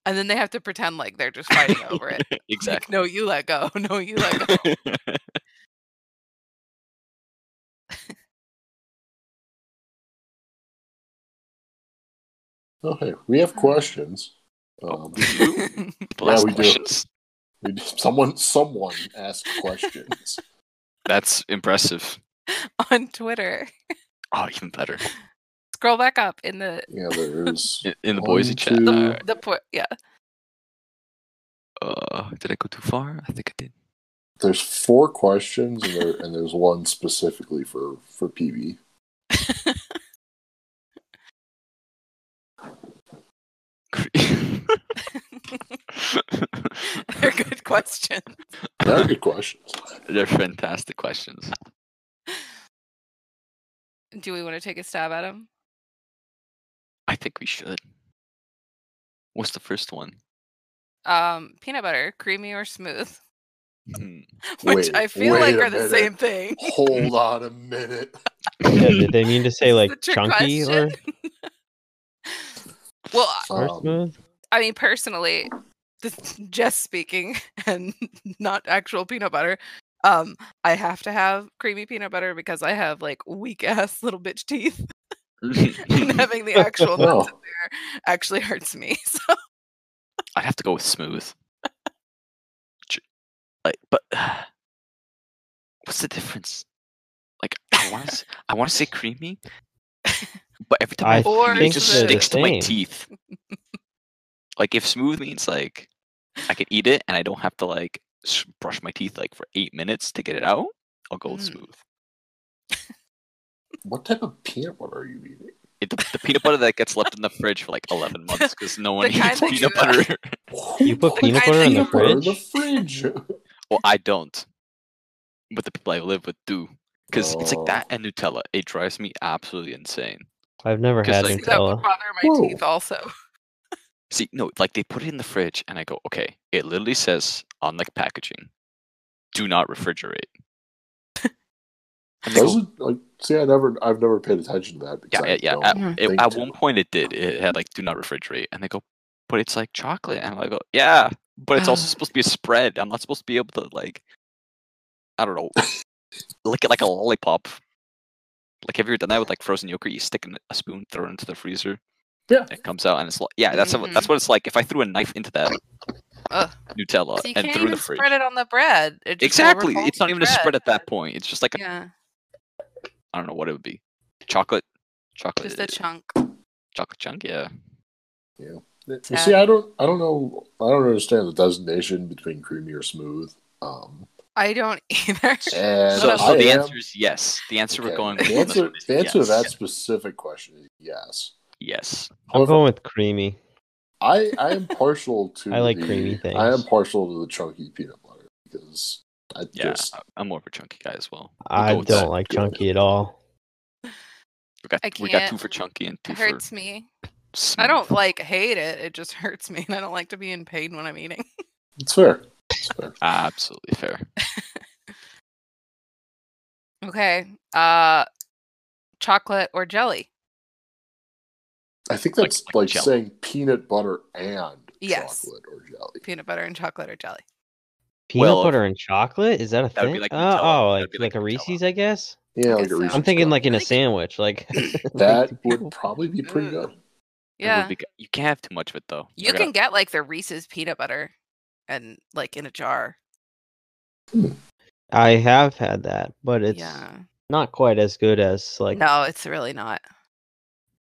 E: and then they have to pretend like they're just
F: (laughs)
E: fighting over it. Like,
D: (laughs) exactly.
E: no, you let go. (laughs) No,
D: (laughs)
E: you let go.
F: Okay, Oh, we have questions.
D: Oh,
F: Um,
D: you? The last
F: we do.
D: questions?
F: we- someone someone asked questions.
D: That's impressive.
E: (laughs) on Twitter.
D: Oh, even better.
E: Scroll back up in the
F: Yeah, there's
D: In, in the
F: One,
D: Boise chat.
F: two-
D: Alright,
E: the po- yeah. (laughs)
D: Uh, did I go too far? I think I did.
F: there's four questions and there and there's one specifically for for PB.
E: (laughs) They're good questions.
F: They're good questions.
D: They're fantastic questions.
E: Do we want to take a stab at them?
D: I think we should. What's the first one?
E: Um, peanut butter, creamy or smooth? (laughs)
D: Hmm.
E: Which
F: Wait-
E: I feel
F: wait
E: like
F: a
E: are the
F: minute.
E: same thing.
F: Hold on a minute.
C: yeah, did they mean to say
E: Is
C: like
E: the trick
C: chunky or,
E: well,
C: or
D: Oh.
F: Um,
C: smooth?
E: I mean, personally, this (laughs) just speaking and not actual peanut butter. (laughs) Um, I have to have creamy peanut butter because I have like weak ass little bitch teeth. (laughs)
D: (laughs)
E: and (laughs) having the
F: (laughs)
E: actual
F: No.
E: nuts in there actually hurts me. (laughs) So
D: I'd have to go with smooth. Ch- like, but (sighs) what's the difference? Like, I want
E: (laughs)
D: to, I want to say creamy, but every time I,
C: I
E: Or
D: think it
E: think
D: just
E: they're the
D: sticks to my
C: same.
D: teeth. like, if smooth means like I can eat it and I don't have to like s- brush my teeth like for eight minutes to get it out, I'll go with
E: Mm.
D: smooth.
F: What type of peanut butter are you eating?
D: It, the, the peanut butter that gets left in the fridge for like eleven months because
E: (laughs)
D: no one
E: The kind
D: (laughs) eats
E: that
D: peanut
E: you, uh,
D: butter.
C: You put
E: Like,
C: peanut
E: I
C: butter in the
E: think-
F: Peanut butter in the
C: fridge?
F: fridge.
D: (laughs) Well, I don't. But the people I live with do. Because it's like
F: Oh.
D: that and Nutella. It drives me absolutely insane.
C: I've never
D: 'Cause,
C: had
D: like-
E: that would
C: Nutella.
E: bother my
F: Whoa.
E: teeth also.
D: See, no, like they put it in the fridge and I go, okay, it literally says on the packaging, do not refrigerate. And they go,
F: Doesn't like see I never I've never paid attention to that
D: yeah,
F: because
D: yeah, yeah. Uh,
F: I
D: At,
F: don't
D: it-
F: think
D: at
F: to.
D: one point it did. It had like, do not refrigerate. And they go, but it's like chocolate. And I go, yeah, but it's
E: (sighs)
D: also
E: Ah.
D: supposed to be a spread. I'm not supposed to be able to, like, I don't know, lick it like a lollipop. Like, have you ever done that with like frozen yogurt? You stick in a spoon, throw it into the freezer.
F: Yeah.
D: It comes out and it's like, yeah, that's what
E: Mhm.
D: that's what it's like. If I threw a knife into that
E: Ugh.
D: Nutella
E: So you
D: and threw
E: can't
D: it in
E: even
D: the fridge.
E: spread it on the bread. It just will
D: Exactly.
E: revolt
D: It's not
E: the
D: even a spread
E: bread.
D: at that point. It's just like, I
E: Yeah,
D: I don't know what it would be. Chocolate. Chocolate.
E: just a chunk.
D: chocolate chunk, yeah.
F: Well,
E: Sad.
F: see, I don't, I don't know, I don't understand the designation between creamy or smooth. Um,
E: I don't (laughs) either.
F: and
D: So,
E: But
D: so
F: I
D: the
F: am-
D: answer is yes. The answer
F: okay,
D: we're going with
F: The
D: on this
F: answer,
D: one is
F: the answer to
D: yes.
F: that specific question is yes.
D: Yes.
C: I'm going with creamy.
F: I, I
D: (laughs)
F: am partial to.
C: I like
F: the-
C: creamy
F: I am
C: things.
F: partial to the chunky peanut butter because I
D: Yeah,
F: just
D: I'm more of a chunky guy as well. We'll
C: I
D: go with that.
C: don't like chunky at all.
D: We got,
E: I
D: we got two
E: can't.
D: for chunky and two
E: It
D: for
E: hurts me. I
D: smooth.
E: don't like hate it. It just (laughs) hurts me, and I don't like to be in pain when I'm eating.
F: it's fair. It's fair.
D: Absolutely fair.
E: Okay. Uh, chocolate or jelly?
F: I think
D: Like-
F: that's
D: like
F: like,
D: jelly.
F: saying peanut butter and
E: Yes.
F: chocolate or jelly.
E: Peanut butter and chocolate or jelly?
C: Peanut
D: Well,
C: butter and chocolate? Is that a
D: that would be
C: thing?
D: like
C: Oh,
D: Nutella.
C: oh,
D: That'd
C: like,
D: be
C: like
D: like
C: a
D: Nutella.
C: Reese's, I guess?
F: Yeah,
E: I
F: like
E: guess
F: a
E: so.
F: Reese's
C: I'm thinking
F: cup.
C: like in a
E: Like-
C: sandwich. Like (laughs)
F: that would probably be pretty good.
D: It
E: Yeah.
D: would be good. you can't have too much of it though.
E: You
D: I got-
E: can get like the Reese's peanut butter, and like in a jar.
C: I have had that, but it's
E: yeah.
C: not quite as good as like
E: no, it's really not.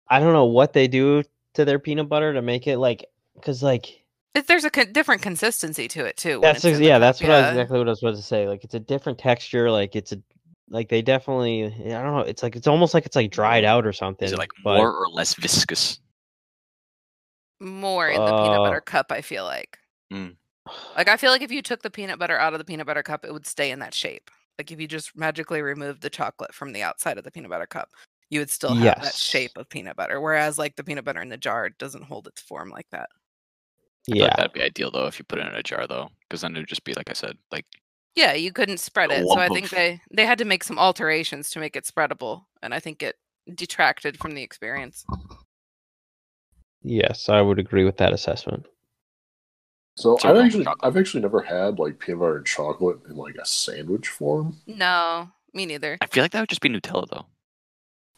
C: I don't know what they do to their peanut butter to make it like because like
E: It, there's a co- different consistency to it too. when
C: that's
E: it's in
C: ex-
E: the
C: yeah
E: cup,
C: that's what I
E: yeah.
C: was exactly what I was about to say like it's a different texture like it's a like they definitely I don't know it's like it's almost like it's like dried out or something
D: Is it like
C: but
D: more or less viscous?
E: More in the peanut
C: Uh,
E: butter cup. I feel like.
D: Mm.
E: Like I feel like if you took the peanut butter out of the peanut butter cup, it would stay in that shape. Like if you just magically removed the chocolate from the outside of the peanut butter cup, you would still have that
C: Yes.
E: shape of peanut butter. Whereas like the peanut butter in the jar doesn't hold its form like that.
D: I feel like
C: yeah
D: that'd be ideal though if you put it in a jar though, because then it would just be like I said, like
E: Yeah, you couldn't spread
D: A
E: it. So I
D: lump
E: think
D: of-
E: they they had to make some alterations to make it spreadable, and I think it detracted from the experience.
C: yes I would agree with that assessment
F: So
D: So
F: I've
D: like
F: actually,
D: chocolate.
F: I've actually never had like peanut butter and chocolate in like a sandwich form.
E: No, me neither.
D: I feel like that would just be Nutella though.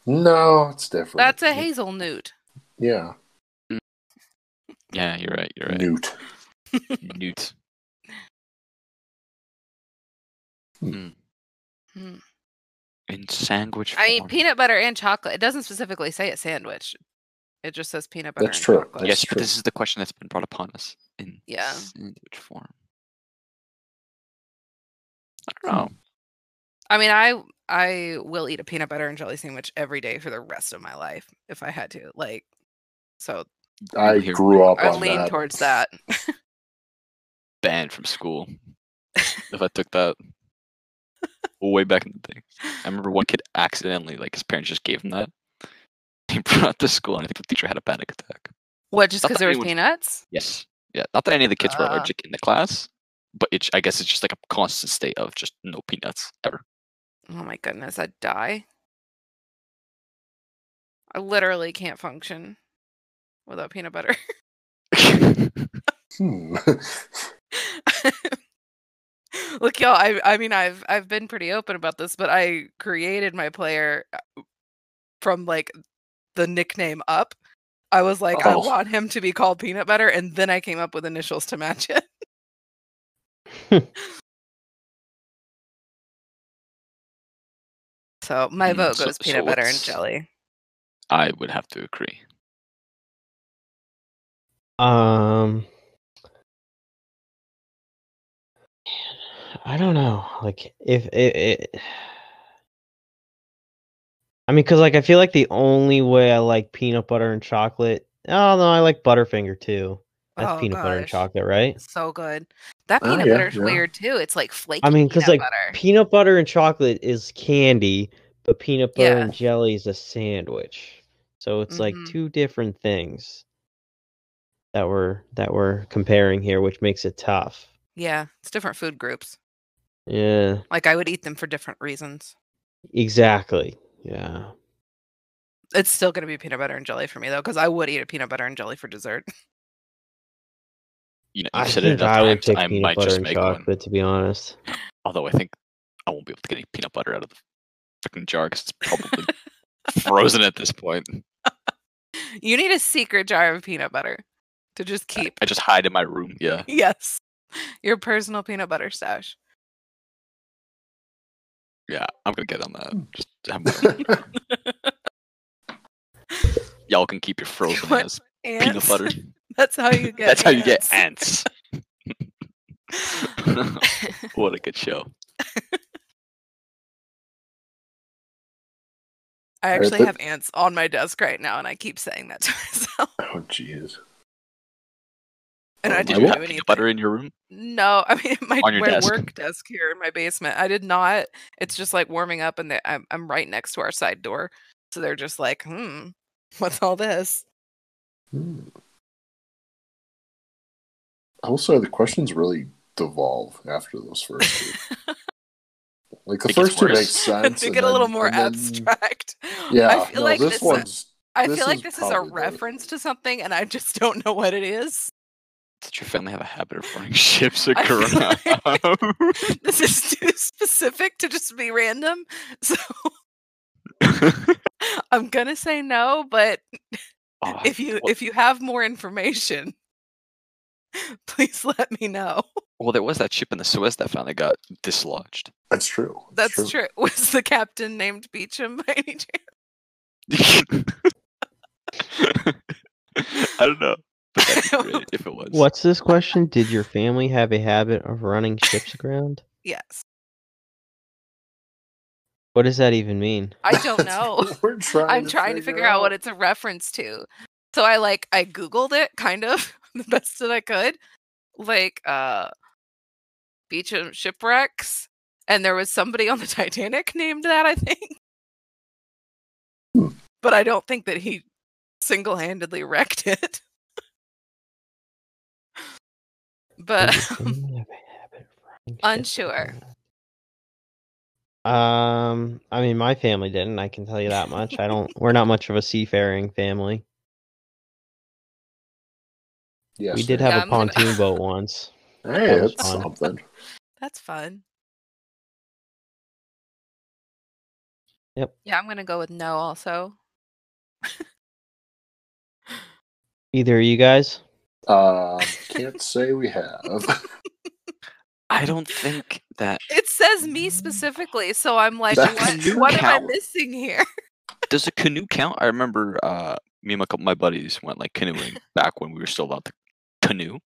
F: No, it's different.
E: That's a hazelnut.
F: Yeah,
D: Yeah, you're right. You're right.
F: newt.
D: Newt.
F: Hmm.
D: Hmm.
E: Hmm.
D: In sandwich.
E: I mean,
D: form.
E: peanut butter and chocolate. It doesn't specifically say it sandwich. It just says peanut butter.
F: That's
E: and
F: true.
E: Chocolate.
D: yes,
F: That's
D: but this is the question that's been brought upon us in
E: Yeah.
D: sandwich form. I don't know.
C: Hmm.
E: I mean, I I will eat a peanut butter and jelly sandwich every day for the rest of my life if I had to. Like, so
F: I
D: Here.
F: grew up
E: I
F: on
E: lean
F: that.
E: towards that.
D: Banned
C: (laughs)
D: from school. if I took that way back in the day, I remember one kid accidentally, like his parents just gave him that. (laughs) He brought it to school, and I think the teacher had a panic attack.
E: What? Just
D: Not
E: because
D: that
E: there was
D: anyone-
E: peanuts?
D: Yes. Yeah. Not that any of the kids were
E: Ah.
D: allergic in the class, but it, I guess it's just like a constant state of just no peanuts ever. (laughs)
E: Oh my goodness, I'd die. I literally can't function without peanut butter. (laughs)
F: Hmm. (laughs)
E: Look, y'all. I I mean, I've I've been pretty open about this, but I created my player uh, from like the nickname up. I was like, I
F: Oh.
E: want him to be called Peanut Butter, and then I came up with initials to
D: (laughs)
E: match it. so my
D: Mm,
E: vote
D: so-
E: goes
D: so
E: Peanut Butter and
D: what's-
E: Jelly.
D: I would have to agree.
C: Um, I don't know. Like, if it, it I mean, because like I feel like the only way I like peanut butter and chocolate. Oh no, I like Butterfinger too. That's
E: Oh,
C: peanut butter and
E: gosh.
C: chocolate, right?
E: So good. That
F: Oh,
E: peanut
F: yeah,
E: butter's
F: yeah.
E: weird too. It's like flaky.
C: I mean, because
E: peanut
C: like
E: butter.
C: peanut butter and chocolate is candy, but peanut butter
E: Yeah.
C: and jelly is a sandwich. So it's
E: Mhm.
C: like two different things that we're that we're comparing here, which makes it tough.
E: Yeah, it's different food groups.
C: Yeah.
E: Like I would eat them for different reasons.
C: Exactly. Yeah.
E: It's still gonna be peanut butter and jelly for me though, because I would eat a peanut butter and jelly for dessert. (laughs)
D: You know,
C: I
D: I've said it
C: think
D: enough
C: I would
D: times.
C: pick
D: I
C: peanut
D: might
C: butter
D: just
C: and
D: make
C: chocolate,
D: one.
C: to be honest.
D: Although I think I won't be able to get any peanut butter out of the fucking jar because it's
E: (laughs)
D: probably frozen at this point.
E: You need a secret jar of peanut butter to just keep.
D: I just hide in my room. Yeah.
E: (laughs) Yes. Your personal peanut butter stash.
D: Yeah, I'm gonna get on that.
E: Hmm.
D: Just have
E: (laughs)
D: one. y'all can keep your frozen
E: want
D: ass peanut
E: Ants.
D: butter.
E: That's (laughs) how you get
D: (laughs) That's how you get
E: ants.
D: ants.
E: (laughs)
D: (laughs) what a good show.
E: I
F: Alright,
E: actually
F: but-
E: have ants on my desk right now, and I keep saying that to (laughs) myself.
F: Oh, jeez.
E: And I
F: Oh,
E: didn't
D: you
E: do
D: have
E: anything.
D: peanut butter in your room?
E: No, I mean (laughs) my,
D: On your
E: my
D: desk.
E: work desk here in my basement. I did not. It's just like warming up, and they, I'm I'm right next to our side door, so they're just like, hmm, (laughs) what's all this? (laughs)
F: Hmm. I will say the questions really devolve after those first two. like the
D: It gets
F: first two
D: worse.
F: makes
E: (laughs)
F: sense.
E: they
F: and
E: get a little
F: then-
E: more
F: and then-
E: abstract.
F: Yeah,
E: I feel
F: no,
E: like
F: this,
E: this. is-
F: one's.
E: I
F: this
E: feel like
F: is
E: this is a
F: probably the-
E: reference to something, and I just don't know what it is. (laughs)
D: Did your family have a habit of running (laughs) ships or
E: I feel
D: Corona?
E: (laughs) This is too specific to just be random, (laughs) so I'm gonna say no. But
D: (laughs) Oh,
E: if you
D: well,
E: if you have more information, (laughs) please let me know.
D: well, there was that ship in the Suez that finally got dislodged.
F: That's true.
E: That's true. (laughs) Was the captain named Beecham by any chance?
D: (laughs) I don't know. But that'd be great if it was.
C: What's this question? Did your family have a habit of running ships aground?
E: Yes.
C: What does that even
D: (laughs)
C: mean?
E: (laughs) I
F: (laughs)
E: don't
F: That's
E: know.
F: what We're
E: (laughs)
F: trying
E: I'm trying to figure out what it's a reference to. So I like I googled it kind of (laughs) the best that I could. Like uh Beecham shipwrecks and there was somebody on the (laughs) Titanic named that, I think.
F: Hmm.
E: But I don't think that he single-handedly (laughs) wrecked it.
C: Did
E: (laughs) but
C: your
E: um,
C: family have a habit of running ships
E: unsure.
C: aground? Um, I mean, my family didn't. I can tell you that much. I don't. We're not much of a seafaring
D: (laughs)
C: family.
F: Yes,
C: we did
E: Yeah,
C: have a
E: I'm gonna-
C: pontoon
D: (laughs)
C: boat once.
F: Hey,
C: that was
F: it's
C: fun.
F: something.
E: that's fun.
C: Yep.
E: Yeah, I'm gonna go with no also.
C: Either of you guys?
F: Uh, can't say
E: (laughs)
F: we have. (laughs) Oh,
D: I don't think that
E: It says
D: Mm.
E: me specifically, so I'm like,
F: That
E: what,
D: canoe
E: what am I
D: count?
E: missing here?
D: (laughs) Does a canoe count? I remember uh, me and my couple my buddies went like canoeing back when we were still allowed to canoe,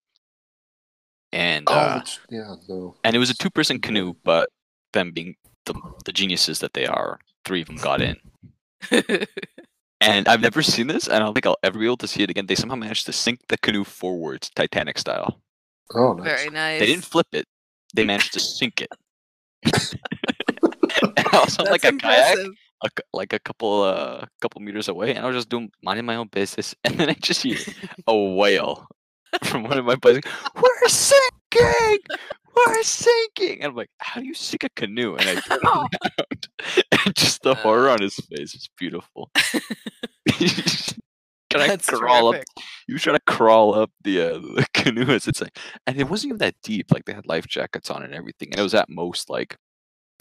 D: and
F: Oh,
D: uh,
F: it's- yeah, no.
D: and it was a two person canoe. But them being the, the geniuses that they are, three of them got in. And I've never seen this, and I don't think I'll ever be able to see it again. They somehow managed to sink the canoe forwards, Titanic style.
F: Oh,
E: (laughs)
F: nice.
E: Very nice.
D: They didn't flip it;
E: (laughs)
D: they managed to sink it. (laughs) and I was on like a kayak, a, cou- like a couple uh couple meters away and I was just doing minding my own business (laughs) and then I just hear a whale (laughs) from one of my buddies We're sinking We're sinking and I'm like, How do you sink a canoe? And I turn
E: (laughs) Oh.
D: around (laughs) and just
E: Uh.
D: the horror on his face was
E: (laughs)
D: beautiful. (laughs) Can I crawl up you try to crawl up the, uh, (laughs) the canoe as it's like and it wasn't even that deep, like they had life jackets on and everything, and it was at most like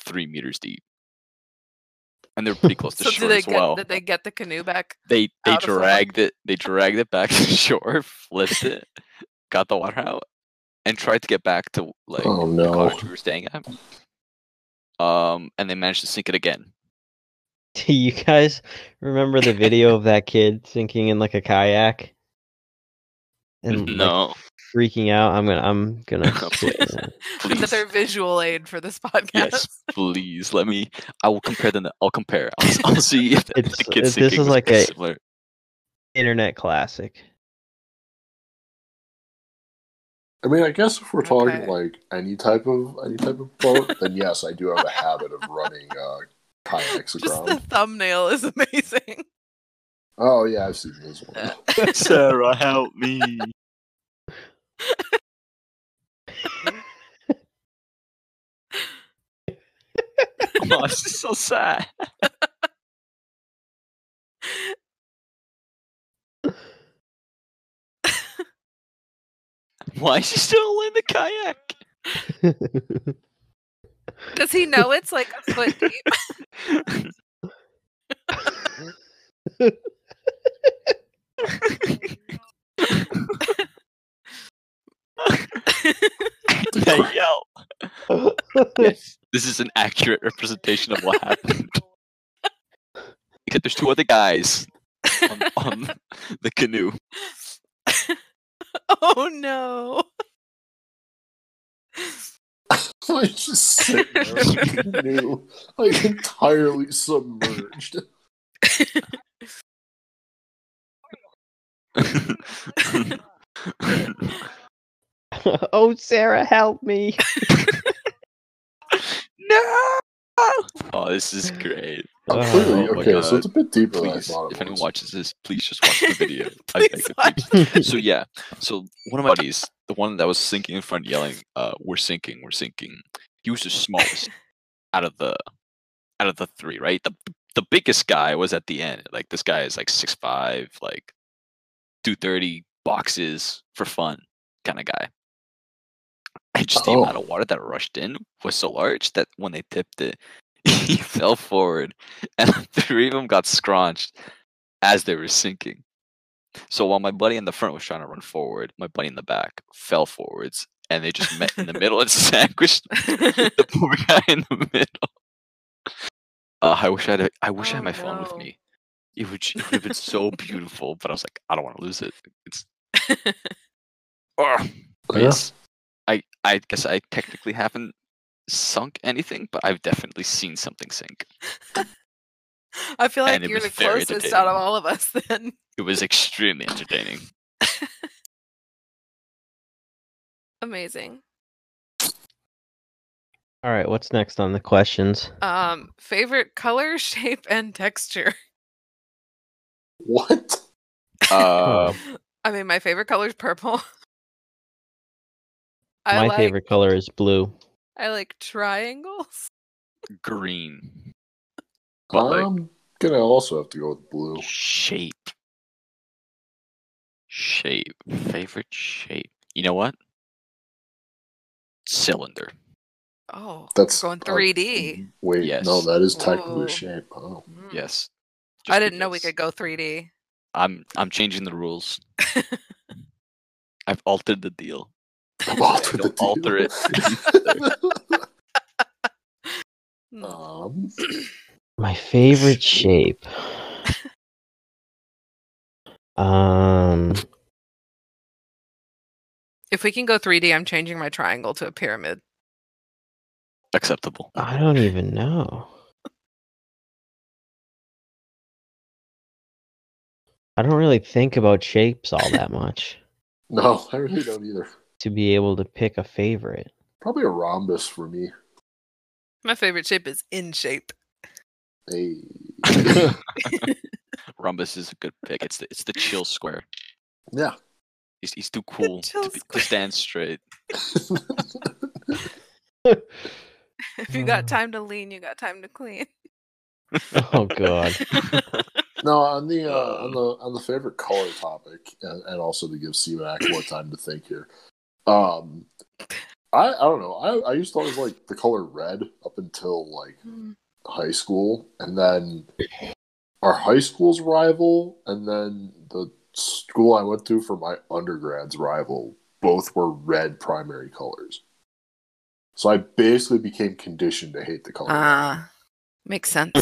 D: three meters deep. and they're pretty close to
E: so
D: shore
E: did they
D: as
E: get
D: well.
E: did they get the canoe back?
D: (laughs) They they
E: out of the water?
D: dragged it they dragged it back (laughs) to shore, flipped it, got the water out, and tried to get back to like
F: oh
D: the
F: no!
D: cottage we were staying at. Um, and they managed to sink it again.
C: (laughs) Do you guys remember the video of that kid sinking in like a kayak? And
D: (laughs)
C: like,
D: no, Oh,
C: freaking out. I'm gonna I'm
D: (laughs)
C: gonna
D: Please. please,
E: Another visual aid for this podcast.
D: yes, please let me. I will compare the. I'll compare. I'll, I'll see if the,
C: It's-
D: the
C: it-
D: kid
C: this
D: sinking
C: is
D: was
C: like a-
D: similar. (laughs)
C: internet classic.
F: I mean, I guess if we're talking
E: Okay.
F: like any type of any type of boat, then yes, I do have a habit of running uh, kayaks
E: (laughs) (laughs) Just
F: aground.
E: the thumbnail is
D: (laughs)
E: amazing.
F: Oh yeah, I've seen this one.
D: Sarah, help me. (laughs) oh, this is so sad.
C: (laughs)
D: Why is she still in the kayak? (laughs)
E: Does he know it's like a foot deep?
D: (laughs)
E: (laughs)
D: They yell. Yes, this is an accurate representation of what happened. (laughs) Except there's two other guys on, on (laughs) the canoe. (laughs)
E: Oh
D: (laughs)
E: no.
F: (laughs) like just sitting there, new, like
D: (laughs)
F: entirely submerged.
C: (laughs) oh Sarah, help me.
D: no! Oh, this is great.
F: Uh,
C: Oh,
F: clearly,
D: my
F: okay, so
D: God.
F: it's a bit deeper than I
D: Please,
F: thought.
D: if
F: It
D: anyone
F: was.
D: watches this, please just watch the
E: (laughs)
D: video. I beg
E: Please
D: of you.
E: watch
D: so yeah, so one of my buddies, the one that was sinking in front, yelling, uh, "We're sinking, we're sinking." He was the smallest out of the out of the three, right? The the biggest guy was at the end. Like this guy is like six five, like two thirty boxes for fun kind of guy. And just the amount
F: Oh.
D: of water that rushed in was so large that when they tipped it, (laughs) he fell forward, and (laughs) the three of them got scrunched as they were sinking. So while my buddy in the front was trying to run forward, my buddy in the back fell forwards, and they just met in the middle and (laughs) sandwiched (laughs) the poor guy in the middle. Uh, I wish I had. A, I wish I had
E: Oh,
D: my phone with
E: no.
D: me. It would. It would have been so beautiful, but I was like, I don't want to lose it. It's. Ah.
E: (laughs)
D: Ugh. But
F: Yeah.
D: Yes. I. I guess I technically haven't sunk anything, but I've definitely seen something sink.
E: I feel
D: And
E: like
D: it
E: you're
D: was
E: the
D: very
E: closest out of
D: entertaining.
E: all of us (laughs) then.
D: It was extremely entertaining.
E: Amazing.
C: All right, what's next on the questions?
E: Um favorite color, (laughs) shape, and texture.
F: What?
D: Uh,
E: I mean my favorite color is purple. (laughs) I
C: My
E: like
C: favorite color is blue.
E: I like triangles.
D: green. But like,
F: I'm gonna also have to go with blue.
D: Oh, shape. Shape. Favorite shape. You know what? Cylinder.
E: Oh,
F: That's
E: going
F: uh,
E: 3D.
F: Wait,
D: Yes.
F: no, that is technically
E: Ooh.
F: a shape. Oh.
E: Mm.
D: Yes.
E: I
D: Just
E: didn't know we
D: because
E: could go 3D.
D: I'm I'm changing the
E: (laughs)
D: rules. I've altered the deal.
F: I've altered the
D: Don't alter
F: (laughs) deal.
D: Uh
E: Mm.
F: um,
C: My favorite
E: (laughs)
C: shape. Um
E: (clears throat) If we can go 3D, I'm changing my triangle to a pyramid.
D: Acceptable.
C: I don't even know. I don't really think about shapes all that much
F: no, I really don't either.
C: to be able to pick a favorite. (laughs)
F: Probably a rhombus for me.
E: My favorite shape is in shape. (laughs)
F: Hey,
D: (laughs) Rhombus is a good pick. It's the it's the chill square.
F: yeah.
D: He's he's too cool to,
E: chill
D: be, to
E: square.
D: stand
E: (laughs)
D: straight.
E: If you
D: Mm.
C: Uh.
E: got time to lean, you got time to clean.
C: Oh
D: (laughs)
C: god.
F: No, on the uh, on the on the favorite color topic, and, and also to give CMAC more time to think here. Um,
D: Mm.
F: I I don't know. I I used to always like the color red up until like high school, and then our high school's rival, and then the school I went to for my undergrad's rival. Both were red primary colors. So I basically became conditioned to hate the color.
E: Ah, makes sense.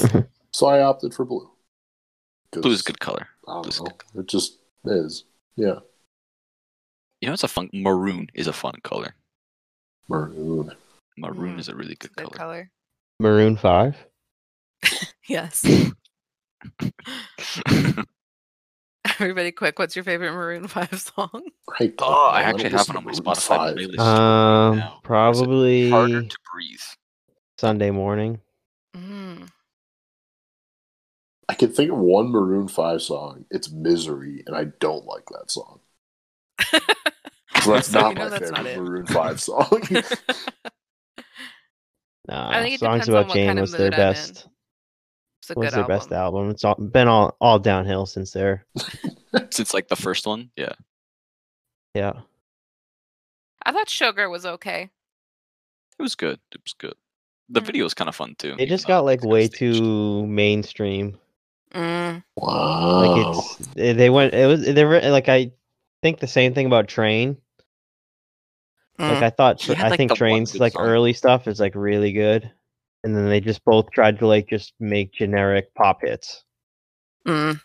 F: so I opted for blue. 'Cause,
D: Blue's a good color.
F: I don't
D: blue's
F: know.
D: good
F: It just is. Yeah.
D: You know, it's a fun. Maroon is a fun color.
F: Maroon.
D: Maroon
E: Mm,
D: is a really good
E: Good
D: color.
E: color.
C: Maroon Five.
E: Yes.
D: (laughs)
E: (laughs) Everybody, quick! What's your favorite Maroon (laughs) Five song?
F: Right.
D: oh, I
F: man,
D: actually
F: it was
D: have one on my
F: Maroon
D: Spotify
F: five.
D: playlist.
C: Um,
D: now.
C: probably
D: Harder to breathe.
F: (laughs)
C: Sunday morning.
E: Mm.
F: I can think of one Maroon Five song. It's Misery, and I don't like that song. So
E: (laughs)
F: that's
E: So you
F: not
E: know (laughs)
F: my
E: that's
F: favorite
E: not it.
F: Maroon Five song.
C: Nah,
E: think it
C: songs
E: depends on
C: about
E: what
C: Jane
E: kind of
C: was their
E: mood I'm in.
C: best.
E: It's
C: Was
E: a good
C: their
E: album.
C: best album. It's all, been all all downhill since there.
D: Since like the first one, yeah.
C: Yeah.
E: I thought Sugar was okay.
D: It was good. It was good. The
E: Mm.
D: video was kind of fun too.
C: They
D: even
C: just
D: though
C: got like
D: it's kinda
C: way
D: staged.
C: too mainstream.
E: Mm.
F: (laughs) wow.
C: Like it's they- they went it was they were like I think the same thing about Train. Like
E: Mm.
C: I thought
D: He
C: Tra-
D: had,
C: I
D: like,
C: think
D: the one
C: Train's
D: good
C: like
D: song.
C: early stuff is like really good. And then they just both tried to like just make generic pop hits.
E: Mm.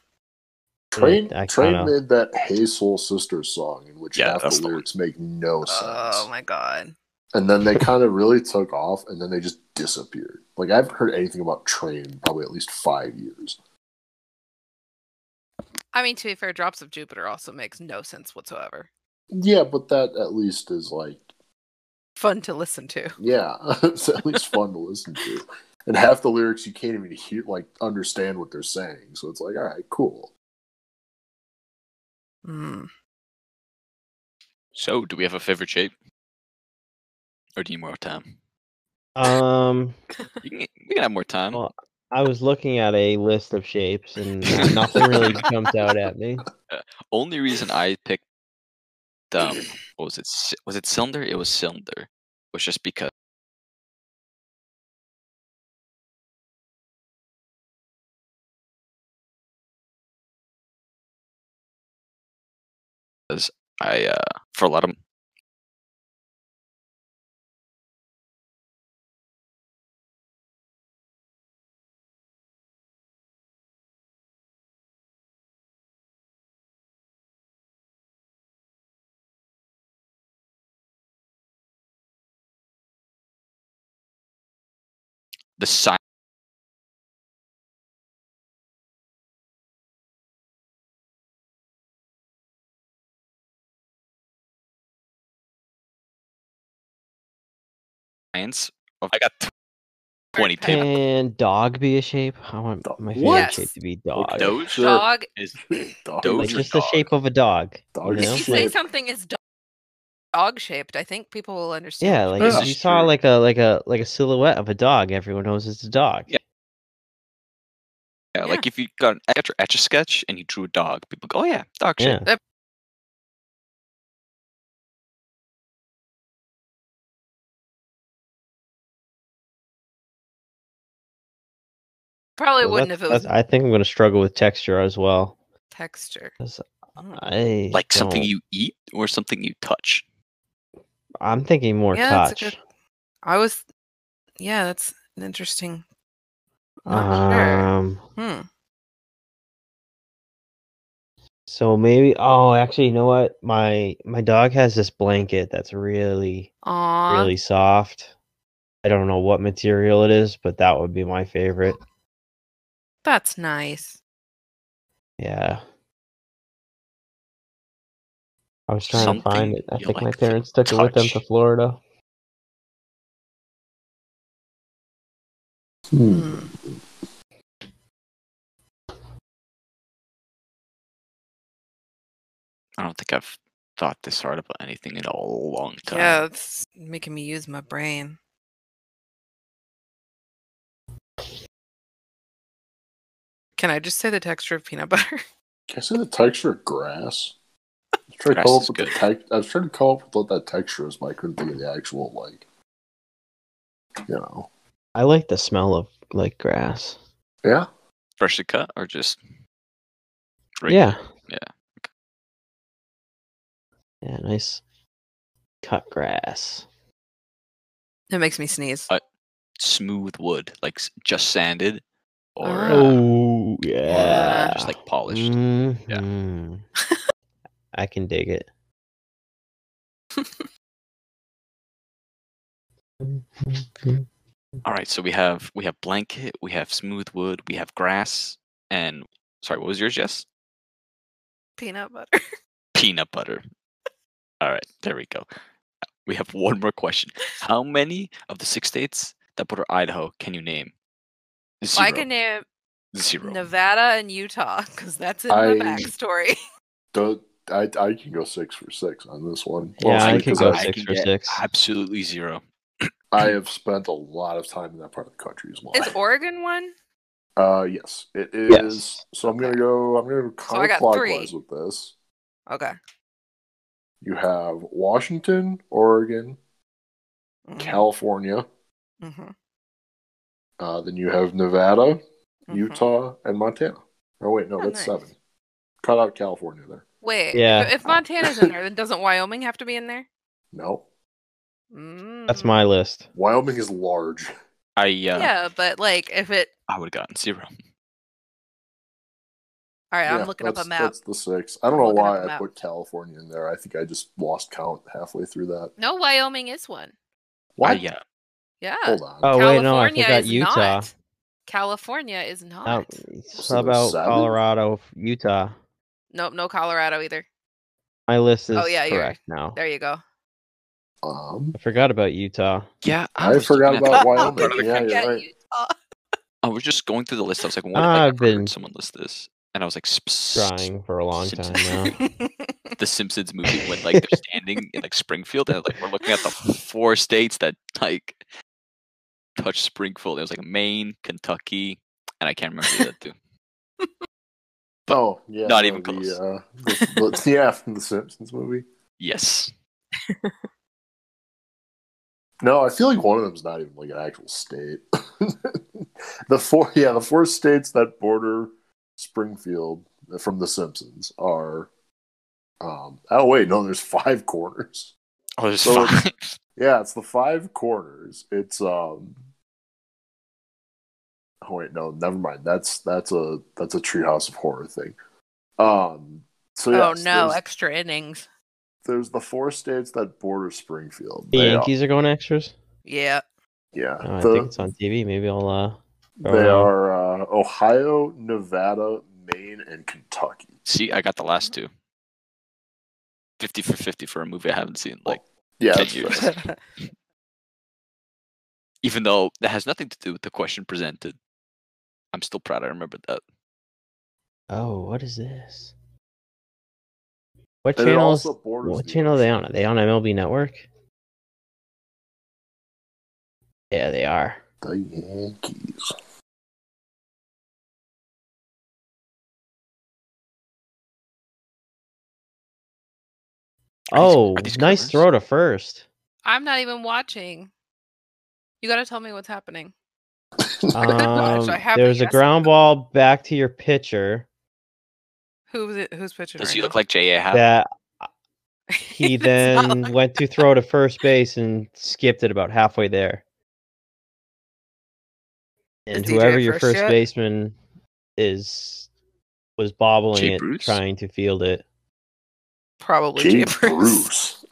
F: Train,
C: I
F: Train
C: kinda-
F: made that Hey Soul Sisters song in which
D: Yeah,
F: half
D: that's
F: the
D: the one.
F: lyrics make no sense.
E: Oh my god.
F: and then they kind of really took off and then they just disappeared. Like I haven't heard anything about Train in probably at least five years.
E: I mean, to be fair, Drops of Jupiter also makes no sense whatsoever.
F: Yeah, but that at least is like
E: Fun to listen to.
F: yeah, (laughs) it's at least fun to listen to. And half the lyrics you can't even hear like understand what they're saying. So it's like, all right, cool.
E: Mm.
D: So, do we have a favorite shape? Or do you need more time?
C: Um
D: You can, we can have more time.
C: Well, I was looking at a list of shapes
D: (laughs)
C: and nothing really jumped out at me.
D: Only
C: (laughs)
D: reason I picked um, what was it? Ci- Was it cylinder? It was cylinder. Was just because because I uh, for a lot of the sign science of I got twenty
E: Hey.
D: tables.
C: And dog be a shape? I want
F: Dog-
C: my
F: What?
C: favorite shape to be dog.
F: Okay.
D: Doge
F: Sure.
E: Dog.
D: is
C: (laughs)
F: Dog
D: Doge
C: Like
D: or
F: is-
C: just the shape of a dog.
F: Dog
C: you
F: is
C: know?
E: If you
F: Yeah.
E: say
F: Like-
E: something is dog shaped, I think people will understand.
C: Yeah,
E: what
C: like
E: you
F: Yeah.
C: if
E: mean.
C: you
D: This is
C: saw
D: true.
C: like a like a like a silhouette of a dog, everyone knows it's a dog.
D: Yeah. Yeah,
E: Yeah.
D: like if you got an etch or etch a sketch and you drew a dog, people go, "Oh yeah, dog shape."
C: Yeah.
E: probably
C: So
E: wouldn't
C: that's-
E: if it was
C: that's- I think I'm gonna struggle with texture as well.
E: texture.
C: 'cause
E: Mm.
C: I
D: Like something
C: don't-
D: you eat or something you touch.
C: I'm thinking more
E: Yeah, that's a
C: touch.
E: I was, yeah, that's an interesting. not sure.
C: Um
E: Hmm.
C: so maybe oh actually you know what? My my dog has this blanket that's really
E: Aw.
C: really soft. I don't know what material it is, but that would be my favorite.
E: That's nice.
C: Yeah. I was trying to find
D: Something
C: it. I
D: you
C: think my
D: like to
C: parents took it with them to
D: touch.
C: Florida.
F: Hmm.
G: Mm,
E: Hmm.
D: I don't think I've thought this hard about anything in a long time.
E: Yeah, it's making me use my brain. Can I just say the texture of peanut (laughs) butter?
F: Can I say the texture of grass? I was trying to
D: Grass
F: come
D: is
F: up with the
D: good.
F: tec- I was trying to come up with what that texture is, but I couldn't think of the actual like. You know,
C: I like the smell of like grass.
F: Yeah.
D: Freshly cut or just?
C: Yeah.
D: regular?
C: Yeah, nice cut grass.
G: It makes me sneeze.
D: Uh, Smooth wood, like s- just sanded, or
G: Ah.
D: uh,
C: Oh
D: or uh,
C: yeah.
D: just like polished.
F: Mm.
C: Mhm. I can dig it.
D: All right, so we have we have blanket, we have smooth wood, we have grass, and sorry, what was yours, Jess?
E: Peanut butter.
D: Peanut butter. All right, there we go. We have one more question. How many of the six states that border Idaho can you name? Zero.
E: I can name
D: Zero.
E: Nevada and Utah because that's in
F: I-
E: my backstory.
F: Don't, I, I can go six for six on this one.
C: yeah, I
F: mostly
C: can
F: because
C: go
F: I,
C: six for
D: get
C: six.
D: Absolutely zero.
F: I have spent a lot of time in that part of the country as well.
E: (laughs) (laughs) Is Oregon one?
F: Uh, yes, it is.
C: Yes.
F: So I'm gonna go. I'm gonna go
E: So I got
F: counterclockwise
E: three.
F: with this.
G: Okay.
F: You have Washington, Oregon,
E: Mm-hmm.
F: California.
G: Mm-hmm.
F: Uh, then you have Nevada, Utah, and Montana. Oh wait, no,
E: Mm-hmm. Oh,
F: that's
E: nice.
F: seven. Cut out California there.
E: Wait.
C: Yeah.
E: If Montana's in there, then doesn't Wyoming have to be in there?
F: No,
C: That's
E: Mm.
C: my list.
F: Wyoming is large.
D: I uh,
E: Yeah. but like if it.
D: I would have gotten zero.
E: All right,
F: Yeah,
E: I'm looking up a
F: that's-
E: map.
F: That's the six. I
E: I'm
F: don't know
E: looking up
F: why
E: a
F: I
E: map.
F: put California in there. I think I just lost count halfway through that.
E: No, Wyoming is one.
D: Why?
F: What?
D: Uh, yeah.
E: Yeah.
F: Hold on.
C: Oh wait, no, I
E: California
C: forgot
E: is
C: Utah.
E: Not. California is not.
C: Oh,
F: So
C: how
F: there's
C: about
F: seven?
C: Colorado, Utah?
E: Nope, no Colorado either.
C: My list is
E: Oh, yeah, you're-
C: correct now.
E: There you go.
D: Uh,
F: Um,
C: I forgot about Utah.
D: Yeah.
F: I
D: was looking
F: forgot
D: at
F: about
D: that
F: Wyoming,
D: part of the
F: yeah,
D: country.
F: you're right.
E: Utah.
D: I was just going through the list. I was like, what
C: I've
D: have I ever
C: been
D: heard someone list this? And I was like, "Sp- s- s-
C: Drawing for a long time now.
D: the Simpsons movie when like they're standing in like Springfield and like we're looking at the four states that like touch Springfield. It was like Maine, Kentucky, and I can't remember the other two. But
F: oh, yeah.
D: not
F: no,
D: even
F: the,
D: close.
F: uh, the- the- (laughs) yeah, from the Simpsons movie.
D: Yes.
F: No, I feel like one of them's not even like an actual state. (laughs) the four, yeah, the four states that border Springfield from the Simpsons are. Um, oh wait, no, there's five corners.
D: Oh, there's
F: So it's-
D: five.
F: Yeah, it's the five corners. It's um. Oh wait, no, never mind. That's that's a that's a Treehouse of Horror thing. Um. So
E: oh
F: yes,
E: no,
F: there's-
E: extra innings.
F: there's the four states that border Springfield.
C: The
F: They are-
C: Yankees are going extras.
F: (laughs)
G: Yeah.
F: yeah,
C: Oh, I
F: the-
C: think it's on TV. Maybe I'll. uh throw it
F: they
C: on.
F: are uh, Ohio, Nevada, Maine, and Kentucky.
D: (laughs) See, I got the last two. 50 for 50 for a movie I haven't seen. Like,
F: Yeah,
D: Can
F: that's
D: you-
F: right.
E: (laughs)
D: even though that has nothing to do with the question presented, I'm still proud I remembered that.
C: Oh, what is this? What
F: And it
C: channel? is-
F: also borders
C: What
F: the
C: channel are they
F: ocean.
C: on? Are they on MLB Network? Yeah, they are.
F: The Yankees.
D: Are these-
C: oh,
D: are these
C: nice
D: covers?
C: throw to
E: (laughs)
C: first.
E: I'm not even watching. You gotta tell me what's happening.
C: Um,
E: could watch, I have
C: there
E: it,
C: was a
E: yes.
C: ground ball back to your pitcher
G: Who's it, who's pitching?
D: Does
G: right
D: he
G: now?
D: look like J.A. Happ?
C: that
E: (laughs)
C: he
E: It's not
C: then
E: like-
C: went to throw to first base and skipped it about halfway there. And
G: Is DJ
C: whoever your
G: first
C: first
G: yet?
C: baseman is was bobbling
D: Jay
C: it,
D: Bruce?
C: trying to field it.
G: probably Jay
F: Jay Bruce.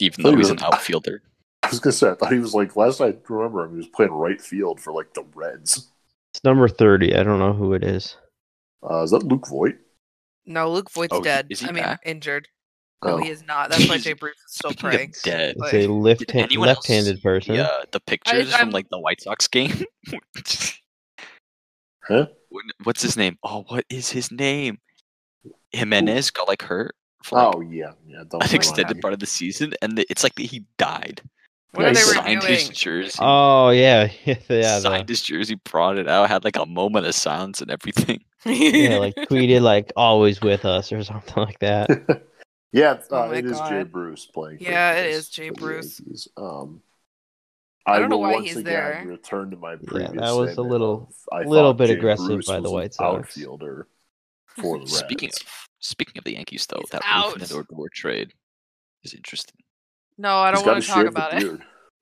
D: Even
F: Oh,
D: though he's
F: you're-
D: an outfielder.
F: I was gonna say I thought he was like last I remember him, he was playing right field for like the Reds.
C: It's number thirty. I don't know who it is.
F: Uh, is that Luke Voigt?
G: No, Luke Voigt's
D: Oh, he-
G: dead.
D: is he
G: I mean,
D: back?
G: injured. No,
F: Oh.
G: he is not. That's why
D: He's-
G: Jay Bruce is still
D: Speaking of
G: praying.
D: dead,
C: It's
G: But-
C: a left
D: Did anyone else
C: left-handed
D: see,
C: person.
D: uh, the pictures from
E: I'm-
D: like the White Sox game. (laughs)
F: Huh?
D: When- What's his name? Oh, what is his name? Jimenez got like hurt for like,
F: oh yeah, yeah. Don't
D: an
F: mind
D: extended
F: me.
D: part of the season, and the- it's like that he died.
G: What
F: Yeah,
G: are
D: he
G: they
F: he's-
D: signed his
G: reviewing?
D: jersey.
C: Oh
D: (laughs)
C: yeah, (laughs) yeah, the-
D: signed his jersey, brought it out, had like a moment of silence and everything.
C: yeah,
D: (laughs)
C: like tweeted like always with us or (laughs) something like that.
F: (laughs) yeah, it's,
G: Oh
F: uh,
G: my
F: it is Jay
G: God.
F: Bruce playing. for
G: Yeah, it
F: the-
G: is Jay
F: for the
G: Bruce.
F: Yankees. Um, I,
E: I don't know
F: will
E: why
F: once
E: he's
F: again
E: there.
F: Return to my
C: that
F: previous.
C: was a
F: statement
C: little-
F: of, I
C: little
F: thought
C: bit
F: Jay
C: aggressive
F: Bruce
C: by the
F: was an
C: White Sox.
F: Outfielder for the
D: (laughs)
F: Reds.
D: Speaking of speaking of the Yankees, though,
E: He's
D: that Wolf
E: out.
D: Lindor Gore trade is interesting.
E: No, I don't
F: He's gotta
E: want to talk
F: shave the
E: about it.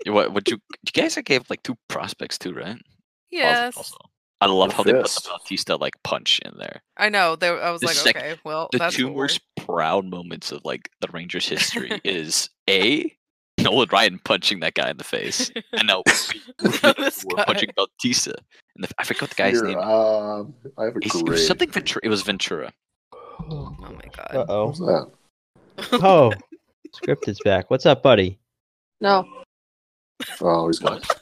F: beard.
D: What? What you? You guys I gave like two prospects too, right? Also-
E: Yes,
D: Also, I love
F: The
D: how they put
F: fist.
D: the Bautista like punch in there.
E: I know. There, I was
D: The
E: like,
D: sec-
E: okay, well,
D: The
E: Oh, that's
D: two
E: what we're-
D: most proud moments of like the Rangers history
E: (laughs)
D: is a Nolan Ryan punching that guy in the
E: (laughs)
D: face, and now (laughs)
E: This
D: we're
E: guy.
D: punching Bautista. And the, I forgot the guy's
F: Here,
D: name.
F: Um, I have a
D: It's-
F: great.
D: it was something Ventura. It was Ventura.
C: Oh
E: Oh my
C: Uh
E: god.
F: What
D: (laughs)
F: was
C: oh.
F: that?
C: (laughs) Oh, script is back. What's up, buddy?
E: No.
F: Oh, he's gone.
D: Did you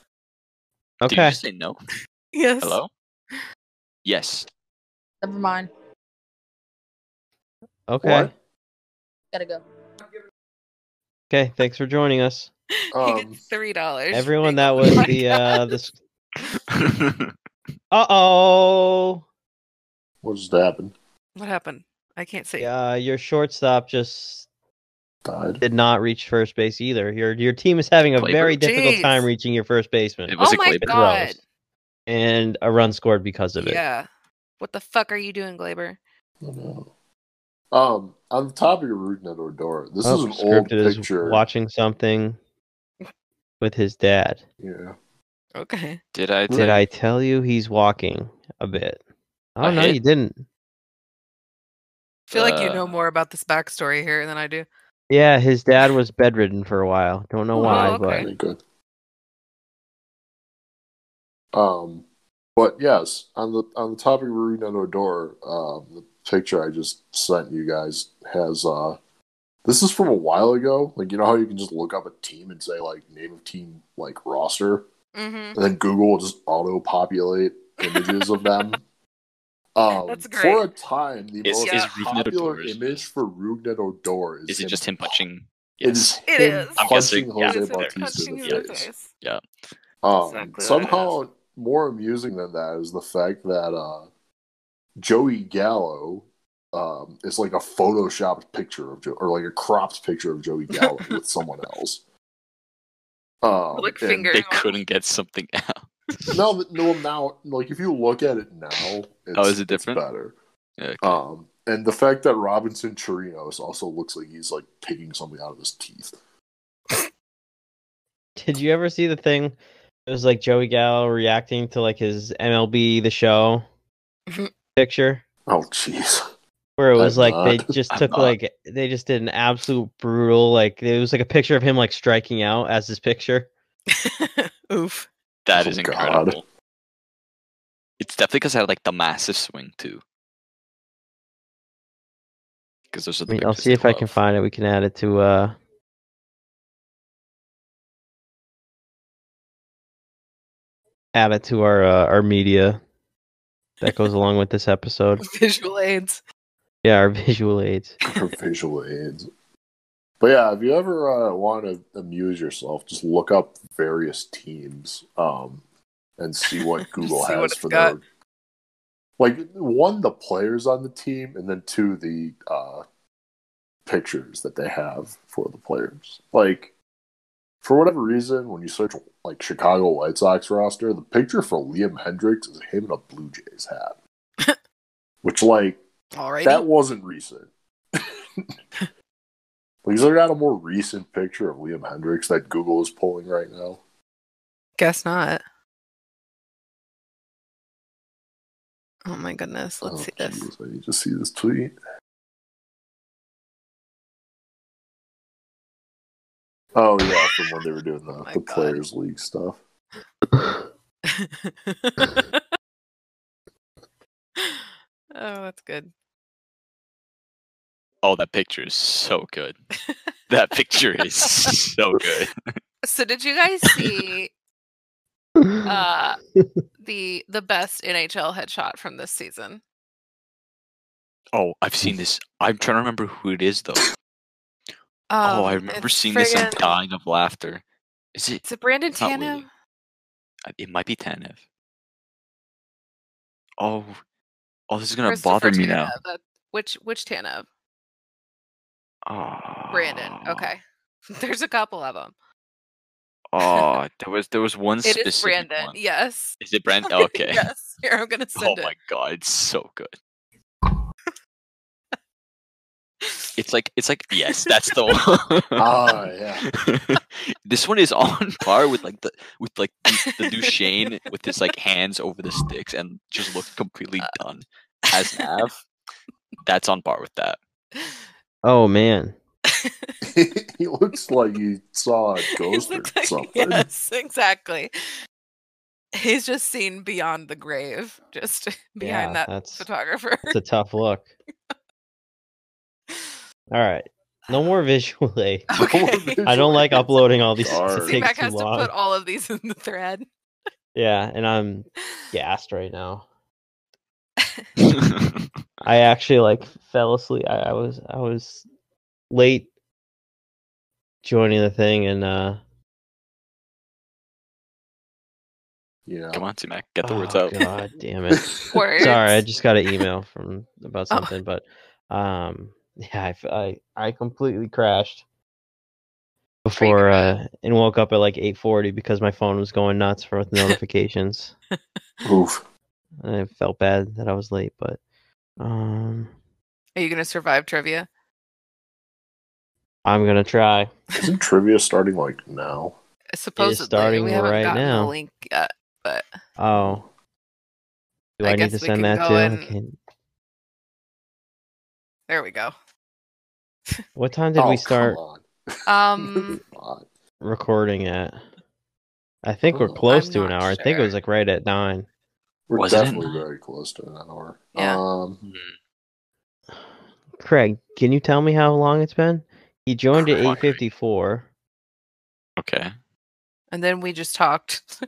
C: Okay.
D: just say no?
E: (laughs) Yes.
D: Hello.
F: (laughs)
D: Yes.
H: Never mind.
C: Okay.
F: What?
H: Gotta go.
C: Okay. Thanks for joining us,
E: he
F: Um,
E: gets three dollars.
C: everyone. That was the uh this.
D: I
C: Uh oh.
F: what just happened?
E: (laughs) What happened? I can't see.
C: Uh, your shortstop just
F: Died.
C: did not reach first base either. Your your team is having a
D: Playboy.
C: very difficult
E: Jeez.
C: time reaching your first baseman,
D: It was
E: oh
D: a
E: my
D: Glaber.
E: god.
C: Throws. and a run scored because of it.
E: Yeah. What the fuck are you doing, Glaber?
F: Oh, no. Um, on the topic of Rudin and Odor, this
C: Oh,
F: is an old
C: Scripted is
F: picture.
C: watching something with his dad.
F: Yeah.
E: Okay.
D: Did I?
C: Did I tell you he's walking a bit? Oh
D: A
C: no,
D: hit?
C: you didn't.
E: I feel like you
D: Uh,
E: know more about this backstory here than I do.
C: Yeah, his dad was bedridden for a while. Don't know
E: Oh,
C: why,
E: okay.
F: Very good. Um, but yes, on the on the topic of Rudin and Odor, um, the picture I just sent you guys has uh, this is from a while ago. Like you know how you can just look up a team and say like name of team like roster.
E: Mm-hmm.
F: and then Google will just auto-populate images of
E: (laughs)
F: them. Um,
E: That's
F: For
E: great.
F: a time, the
D: Is-
F: most
E: is
D: Rugnet
F: popular
D: Odor's-
F: image for Rugnet Odor is
D: Is it
F: him-
D: just him punching?
F: It is
D: Yes.
E: It
F: him
E: is.
D: I'm
F: punching
D: guessing, yeah,
F: Jose
D: it's him
F: Bautista in
E: punching
F: the
E: you in the
F: face.
E: face. (laughs)
F: Um,
E: Exactly what it
F: somehow more amusing than that is the fact that uh, Joey Gallo um, is like a photoshopped picture of Joe, or like a cropped picture of Joey Gallo with someone else. Um,
E: Like
F: and-
E: finger.
D: They couldn't get something (laughs) out.
F: (laughs) No, but- no, now, like if you look at it now, it's,
D: Oh, is it
F: it's
D: different?
F: better.
D: Yeah,
F: Um, and the fact that Robinson Chirinos also looks like he's like taking something out of his teeth.
C: but did you ever see the thing? It was like Joey Gallo reacting to like his MLB the show
E: Mhm.
C: picture.
F: Oh, jeez.
C: Where it was
F: I'm
C: like they
F: not.
C: just
D: I'm
C: took
D: not.
C: like they just did an absolute brutal like it was like a picture of him like striking out as his picture.
E: Oof.
D: that
F: Oh,
D: is
F: God.
D: incredible. It's definitely because I had like the massive swing too. Because those are
C: I
D: the
C: mean, I'll
D: pictures
C: see if I can
D: love.
C: find it. We can add it to uh add it to our uh, our media that goes along with this
E: (laughs)
C: episode.
E: Visual aids.
C: Yeah, our visual aids.
F: For visual aids. But yeah, if you ever uh, want to amuse yourself, just look up various teams um, and
E: (laughs)
F: see what Google
E: See
F: has
E: what it's
F: for
E: got.
F: their. Like, one, the players on the team, and then two, the uh, pictures that they have for the players. Like, for whatever reason, when you search, like, Chicago White Sox roster, the picture for Liam Hendricks is him in a Blue Jays hat.
E: (laughs)
F: Which, like,
E: All right.
F: that wasn't recent. (laughs) Because I got a more recent picture of Liam Hendricks that Google is pulling right now.
E: Guess not. Oh my goodness. Let's
F: Oh,
E: see this.
F: jeez, I need to see this tweet. Oh yeah, from when they were doing the,
E: Oh my
F: the
E: God.
F: players league stuff.
C: (laughs)
D: Mm-hmm.
E: (laughs) oh, that's good.
D: Oh, that picture is so
C: (laughs)
D: good. That picture is so good.
E: So did you guys see
D: Mm-hmm.
E: uh
D: (laughs)
E: the the best NHL headshot from this season?
D: Oh, I've seen this. I'm trying to remember who it is though. oh, I
E: Um,
D: remember
E: it's
D: seeing this and
E: friggin-
D: dying of laughter. Is it?
E: Is it Brandon
D: It's not Wheelie.
E: Tanev?
D: I- It might be Tanev. Oh, oh, this is gonna
E: Christopher
D: bother me
E: Tanev,
D: now.
E: that- which which Tanev?
D: Oh,
E: (laughs) Brandon. Okay. There's a couple of them.
D: Oh, there was there was one
E: It
D: specific
E: is Brandon.
D: one.
E: Yes.
D: Is it
E: (laughs)
D: Brandon? Okay.
E: yes. Here, I'm going to
D: (laughs)
E: send
D: oh
E: it.
D: my god, it's so good. It's like it's like yes, that's
E: (laughs)
D: the one.
F: Ah, yeah. (laughs)
D: (laughs) this one is on (laughs) par with like the with like the, the
E: (laughs)
D: Duchesne with his like hands over the sticks and just looked
E: Uh,
D: completely
E: (laughs)
D: done as Nav. That's on par with that. (laughs)
C: Oh man.
E: (laughs)
F: he looks like he saw a ghost
E: He
F: or
E: looks like-
F: something.
E: Yes, exactly. He's just seen beyond the grave, just (laughs) behind
C: Yeah,
E: that
C: that's-
E: (laughs) photographer.
C: It's a tough look. All right. No more visual (laughs)
E: (laughs)
C: aid.
E: (laughs)
F: (laughs)
E: Okay.
C: I don't like uploading
E: (laughs)
C: all these
F: Darn.
C: things.
F: See,
E: Mac
C: too
E: has
C: long.
E: to put all of these (laughs) in the thread.
C: Yeah, and I'm gassed right now.
E: (laughs)
C: I actually like fell asleep. I, I was I was late joining the thing and uh
F: Yeah. (laughs)
D: Come on, T Mac, get the words
C: oh,
D: out.
C: God damn it.
E: Words.
C: Sorry, I just got an email from about
E: Oh.
C: something, but um yeah, I f- I, I completely crashed before uh and woke up at like 8:40 because my phone was going nuts for with notifications.
F: Oof.
C: and I felt bad that I was late, but um
E: Are you going to survive trivia?
C: I'm going to try.
F: Isn't trivia starting like now?
E: Supposedly,
C: starting
E: we haven't
C: right
E: gotten
C: now.
E: the link yet.
C: Oh. Do I,
E: I
C: need
E: guess
C: to
E: we
C: send
E: can
C: that
E: go
C: too?
E: and-
C: Okay.
E: There we go.
C: What time did
F: Oh,
C: we start
F: Come on. (laughs)
E: Um,
F: God.
C: recording at? I think we're
F: Ooh,
C: close
E: I'm
C: to an
E: not
C: hour. I think it was
E: sure.
C: like right at nine.
F: We're
D: Wasn't it?
F: definitely very close to an hour.
E: Yeah.
F: Um,
E: Hmm.
C: Craig, can you tell me how long it's been? He joined at
D: Craig.
C: eight fifty four.
D: Okay.
E: and then we just talked. (laughs)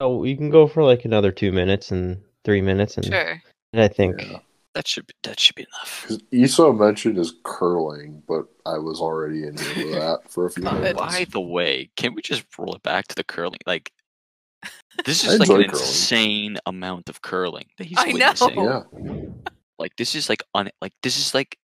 C: So you can go for like another two minutes and three minutes, and,
E: sure.
C: and I think
F: Yeah.
D: That should be that should be enough.
F: 'cause Esau mentioned is curling, but I was already in here with that for
E: (laughs)
F: a few
E: Love
D: Oh,
E: it.
F: minutes.
D: by the way, can we just roll it back to the curling? Like,
F: (laughs)
D: this
F: I
D: is like
F: enjoy
D: an
F: curling.
D: insane amount of curling that he's
E: I know.
D: witnessing.
F: Yeah.
D: Like, this is like on like this is like.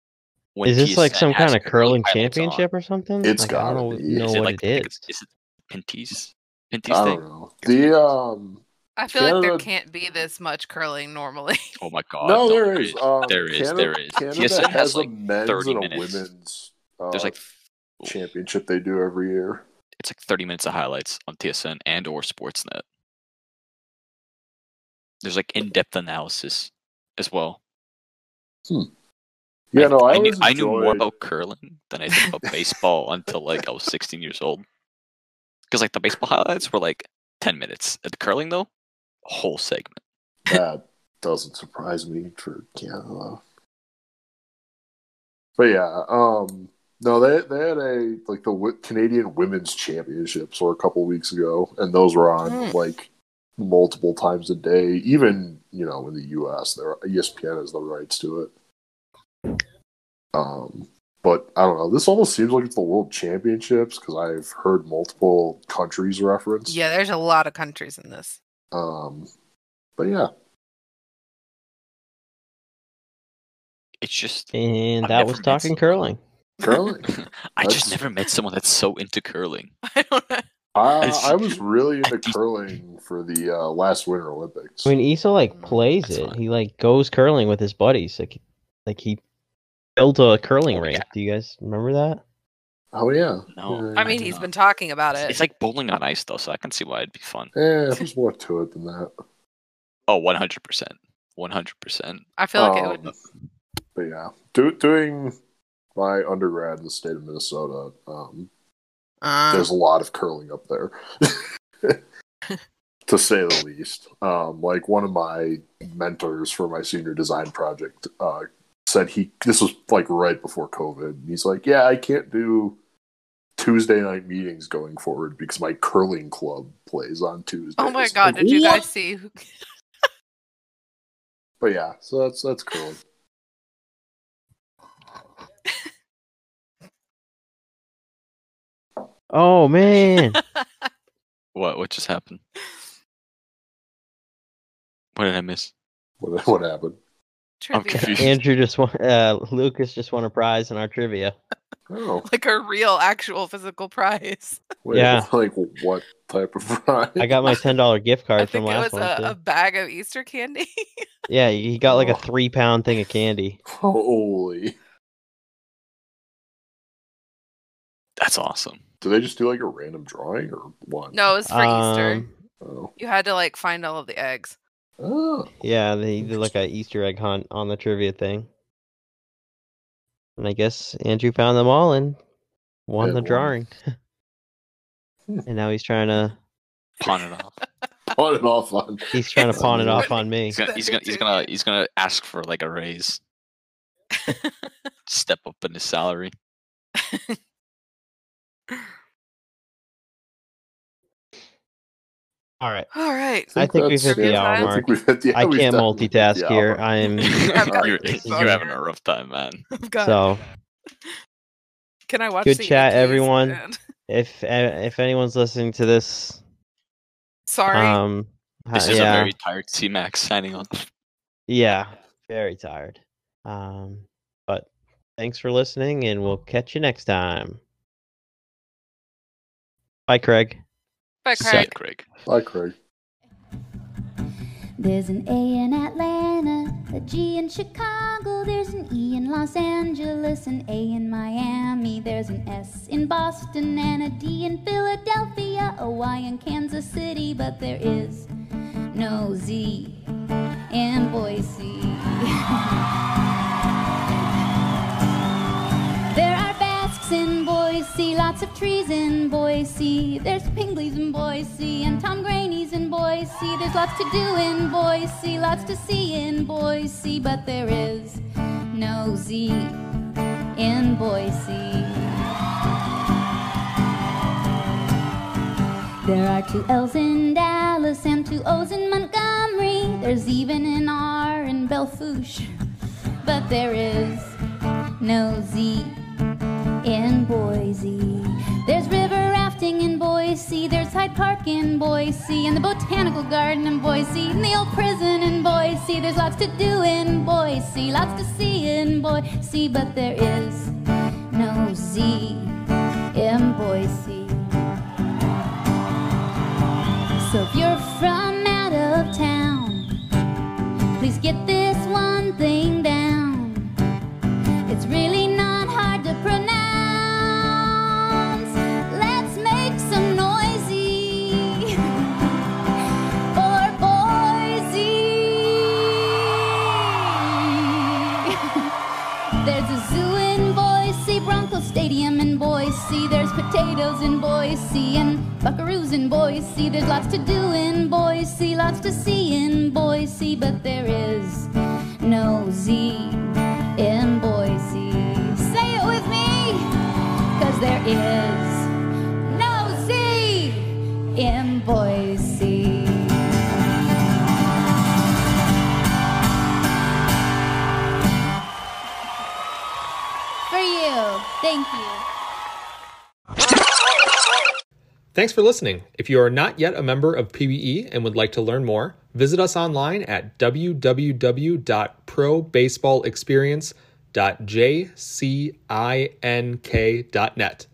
D: When
C: is this like
D: TSN
C: some
D: has
C: kind of curling
D: pilots on.
C: championship or something?
F: It's
C: like, I
F: gotta
C: don't
F: be.
C: know, know
D: Is it
C: what
D: like
C: it
D: like,
C: is.
D: is it Pinty's? Pinty's
F: I
D: thing?
F: don't know. The um,
E: I feel like there
F: Canada-
E: can't be this much curling normally. (laughs)
D: Oh my god! no,
F: no, there is. Um,
D: there is.
F: Canada,
D: There is.
F: Canada
D: TSN
F: has,
D: has
F: a
D: like
F: men's
D: 30
F: and a
D: minutes.
F: women's. Uh,
D: there's like
F: championship they do every year.
D: it's like 30 minutes of highlights on TSN and or Sportsnet. There's like in-depth analysis as well.
F: Yeah,
D: I,
F: no, I,
D: I, knew,
F: always
D: I knew more
F: enjoyed-
D: about curling than I did about (laughs) baseball until like I was 16 years old. Because like the baseball highlights were like 10 minutes. Uh, The curling though, whole segment.
F: that doesn't surprise me for Canada. But yeah, um, no, they they had a like the w- Canadian Women's Championships were a couple weeks ago, and those were on
G: Mm.
F: like multiple times a day. Even you know in the U.S., there ESPN has the rights to it. Um, but I don't know. This almost seems like it's the World Championships because I've heard multiple countries referenced.
E: yeah, there's a lot of countries in this. (laughs)
F: Um, but yeah,
D: It's just
C: And
D: I've
C: that
D: never
C: was
D: met
C: talking
D: someone-
C: curling.
F: curling.
D: (laughs) I
F: That's-
D: just never met someone that's so into curling.
E: I don't know.
F: I,
D: It's-
F: I was really
D: I
F: into
D: just-
F: curling for the uh, last Winter Olympics.
C: When Issa like
E: Mm,
C: plays
D: that's
C: it,
D: fine.
C: he like goes curling with his buddies. Like, like he built a curling
D: Oh,
C: rink.
D: yeah.
C: Do you guys remember that?
F: oh yeah,
D: No.
F: Yeah.
E: I mean,
D: do
E: he's
D: not.
E: been talking about it.
D: It's like bowling on ice though, so I can see why it'd be fun.
F: eh, there's more to it than that.
D: Oh, 100%. 100%.
E: I feel like it
F: Um,
E: would.
F: But yeah, do, doing my undergrad in the state of Minnesota, um,
E: Uh,
F: there's a lot of curling up
E: (laughs)
F: there, to say the least. Um, like one of my mentors for my senior design project uh, said he this was like right before COVID. He's like, yeah, I can't do Tuesday night meetings going forward because my curling club plays on Tuesday.
E: oh my god! Did you guys see? who- (laughs)
F: But yeah, so that's that's curling.
C: Oh
D: (laughs)
C: man,
D: What? What just happened? What did I miss?
F: What, (laughs) what happened?
D: I'm
E: Trivia.
C: (laughs)
D: confused.
C: Andrew just won. Uh, Lucas just won a prize in our trivia.
F: Oh,
E: (laughs) like a real, actual physical prize.
F: wait,
C: Yeah.
F: (laughs) Like what type of (laughs) fry?
C: I
D: (laughs)
C: got my ten dollar gift
E: I
C: card from
E: think it
D: uh,
C: last
E: was
C: one.
E: a, a
C: too.
E: bag of Easter candy. (laughs)
C: Yeah, he got like
F: Oh.
C: a three pound thing of candy.
F: Holy!
D: That's awesome.
F: Do they just do like a random drawing or what?
E: no, it was for Easter.
C: Um,
F: Oh,
E: You had to like find all of the eggs.
F: (laughs) oh.
C: Yeah, they did like a Easter egg hunt on the trivia thing. And I guess Andrew found them all and won
F: And
C: the
F: won.
C: drawing. and now he's trying to
D: Pawn (laughs) it off.
F: on and off on.
C: he's trying to pawn it off on me.
D: He's gonna he's gonna he's gonna he's gonna ask for like a raise. Step up in his (laughs) salary.
C: All right.
E: All right. (laughs)
C: I think we've hit
F: that's
C: the
F: it.
C: hour
F: I
C: mark.
F: think we've hit the.
C: I
F: we've
C: can't
F: definitely hit
C: multitask
F: the
C: here.
F: hour.
C: I
D: (laughs)
C: am (laughs)
E: I've got
D: you're,
E: things
D: you're
E: on
D: having
E: here.
D: a rough time, man.
E: I've got-
C: so
E: Can I watch
C: Good
E: the
C: chat,
E: Yankees?
C: everyone.
E: And- (laughs)
C: if if anyone's listening to this
E: Sorry.
C: um ha-
D: This is
C: yeah,
D: a very tired C Max signing on.
C: yeah, very tired. Um but thanks for listening and we'll catch you next time. Bye Craig.
E: Bye,
D: Suck,
E: Craig.
D: Craig.
F: Bye, Craig.
I: There's an A in Atlanta, a G in Chicago, there's an E in Los Angeles, an A in Miami, there's an S in Boston, and a D in Philadelphia, a Y in Kansas City, but there is no Z in Boise. (laughs) There are Basques in Boise, lots of trees in Boise. There's Pingleys in Boise and Tom Graney's in Boise. There's lots to do in Boise, lots to see in Boise, but there is no Z in Boise. There are two L's in Dallas and two O's in Montgomery. There's even an R in Belfouche, but there is no Z in Boise. There's river rafting in Boise. There's Hyde Park in Boise, and the botanical garden in Boise, and the old prison in Boise. There's lots to do in Boise, lots to see in Boise, but there is no Z in Boise. So if you're from out of town, please get this one thing down. It's really not hard to pronounce. Let's make some noisy (laughs) for Boise. (laughs) There's a zoo in Boise, Bronco Stadium in Boise. There's potatoes in Boise and buckaroos in Boise. There's lots to do in Boise, lots to see in Boise, but there is no Z in Boise. Say it with me, cause there is no Z in Boise. For you, thank you.
A: Thanks for listening. If you are not yet a member of PBE and would like to learn more, visit us online at www.probaseballexperience.jcink.net.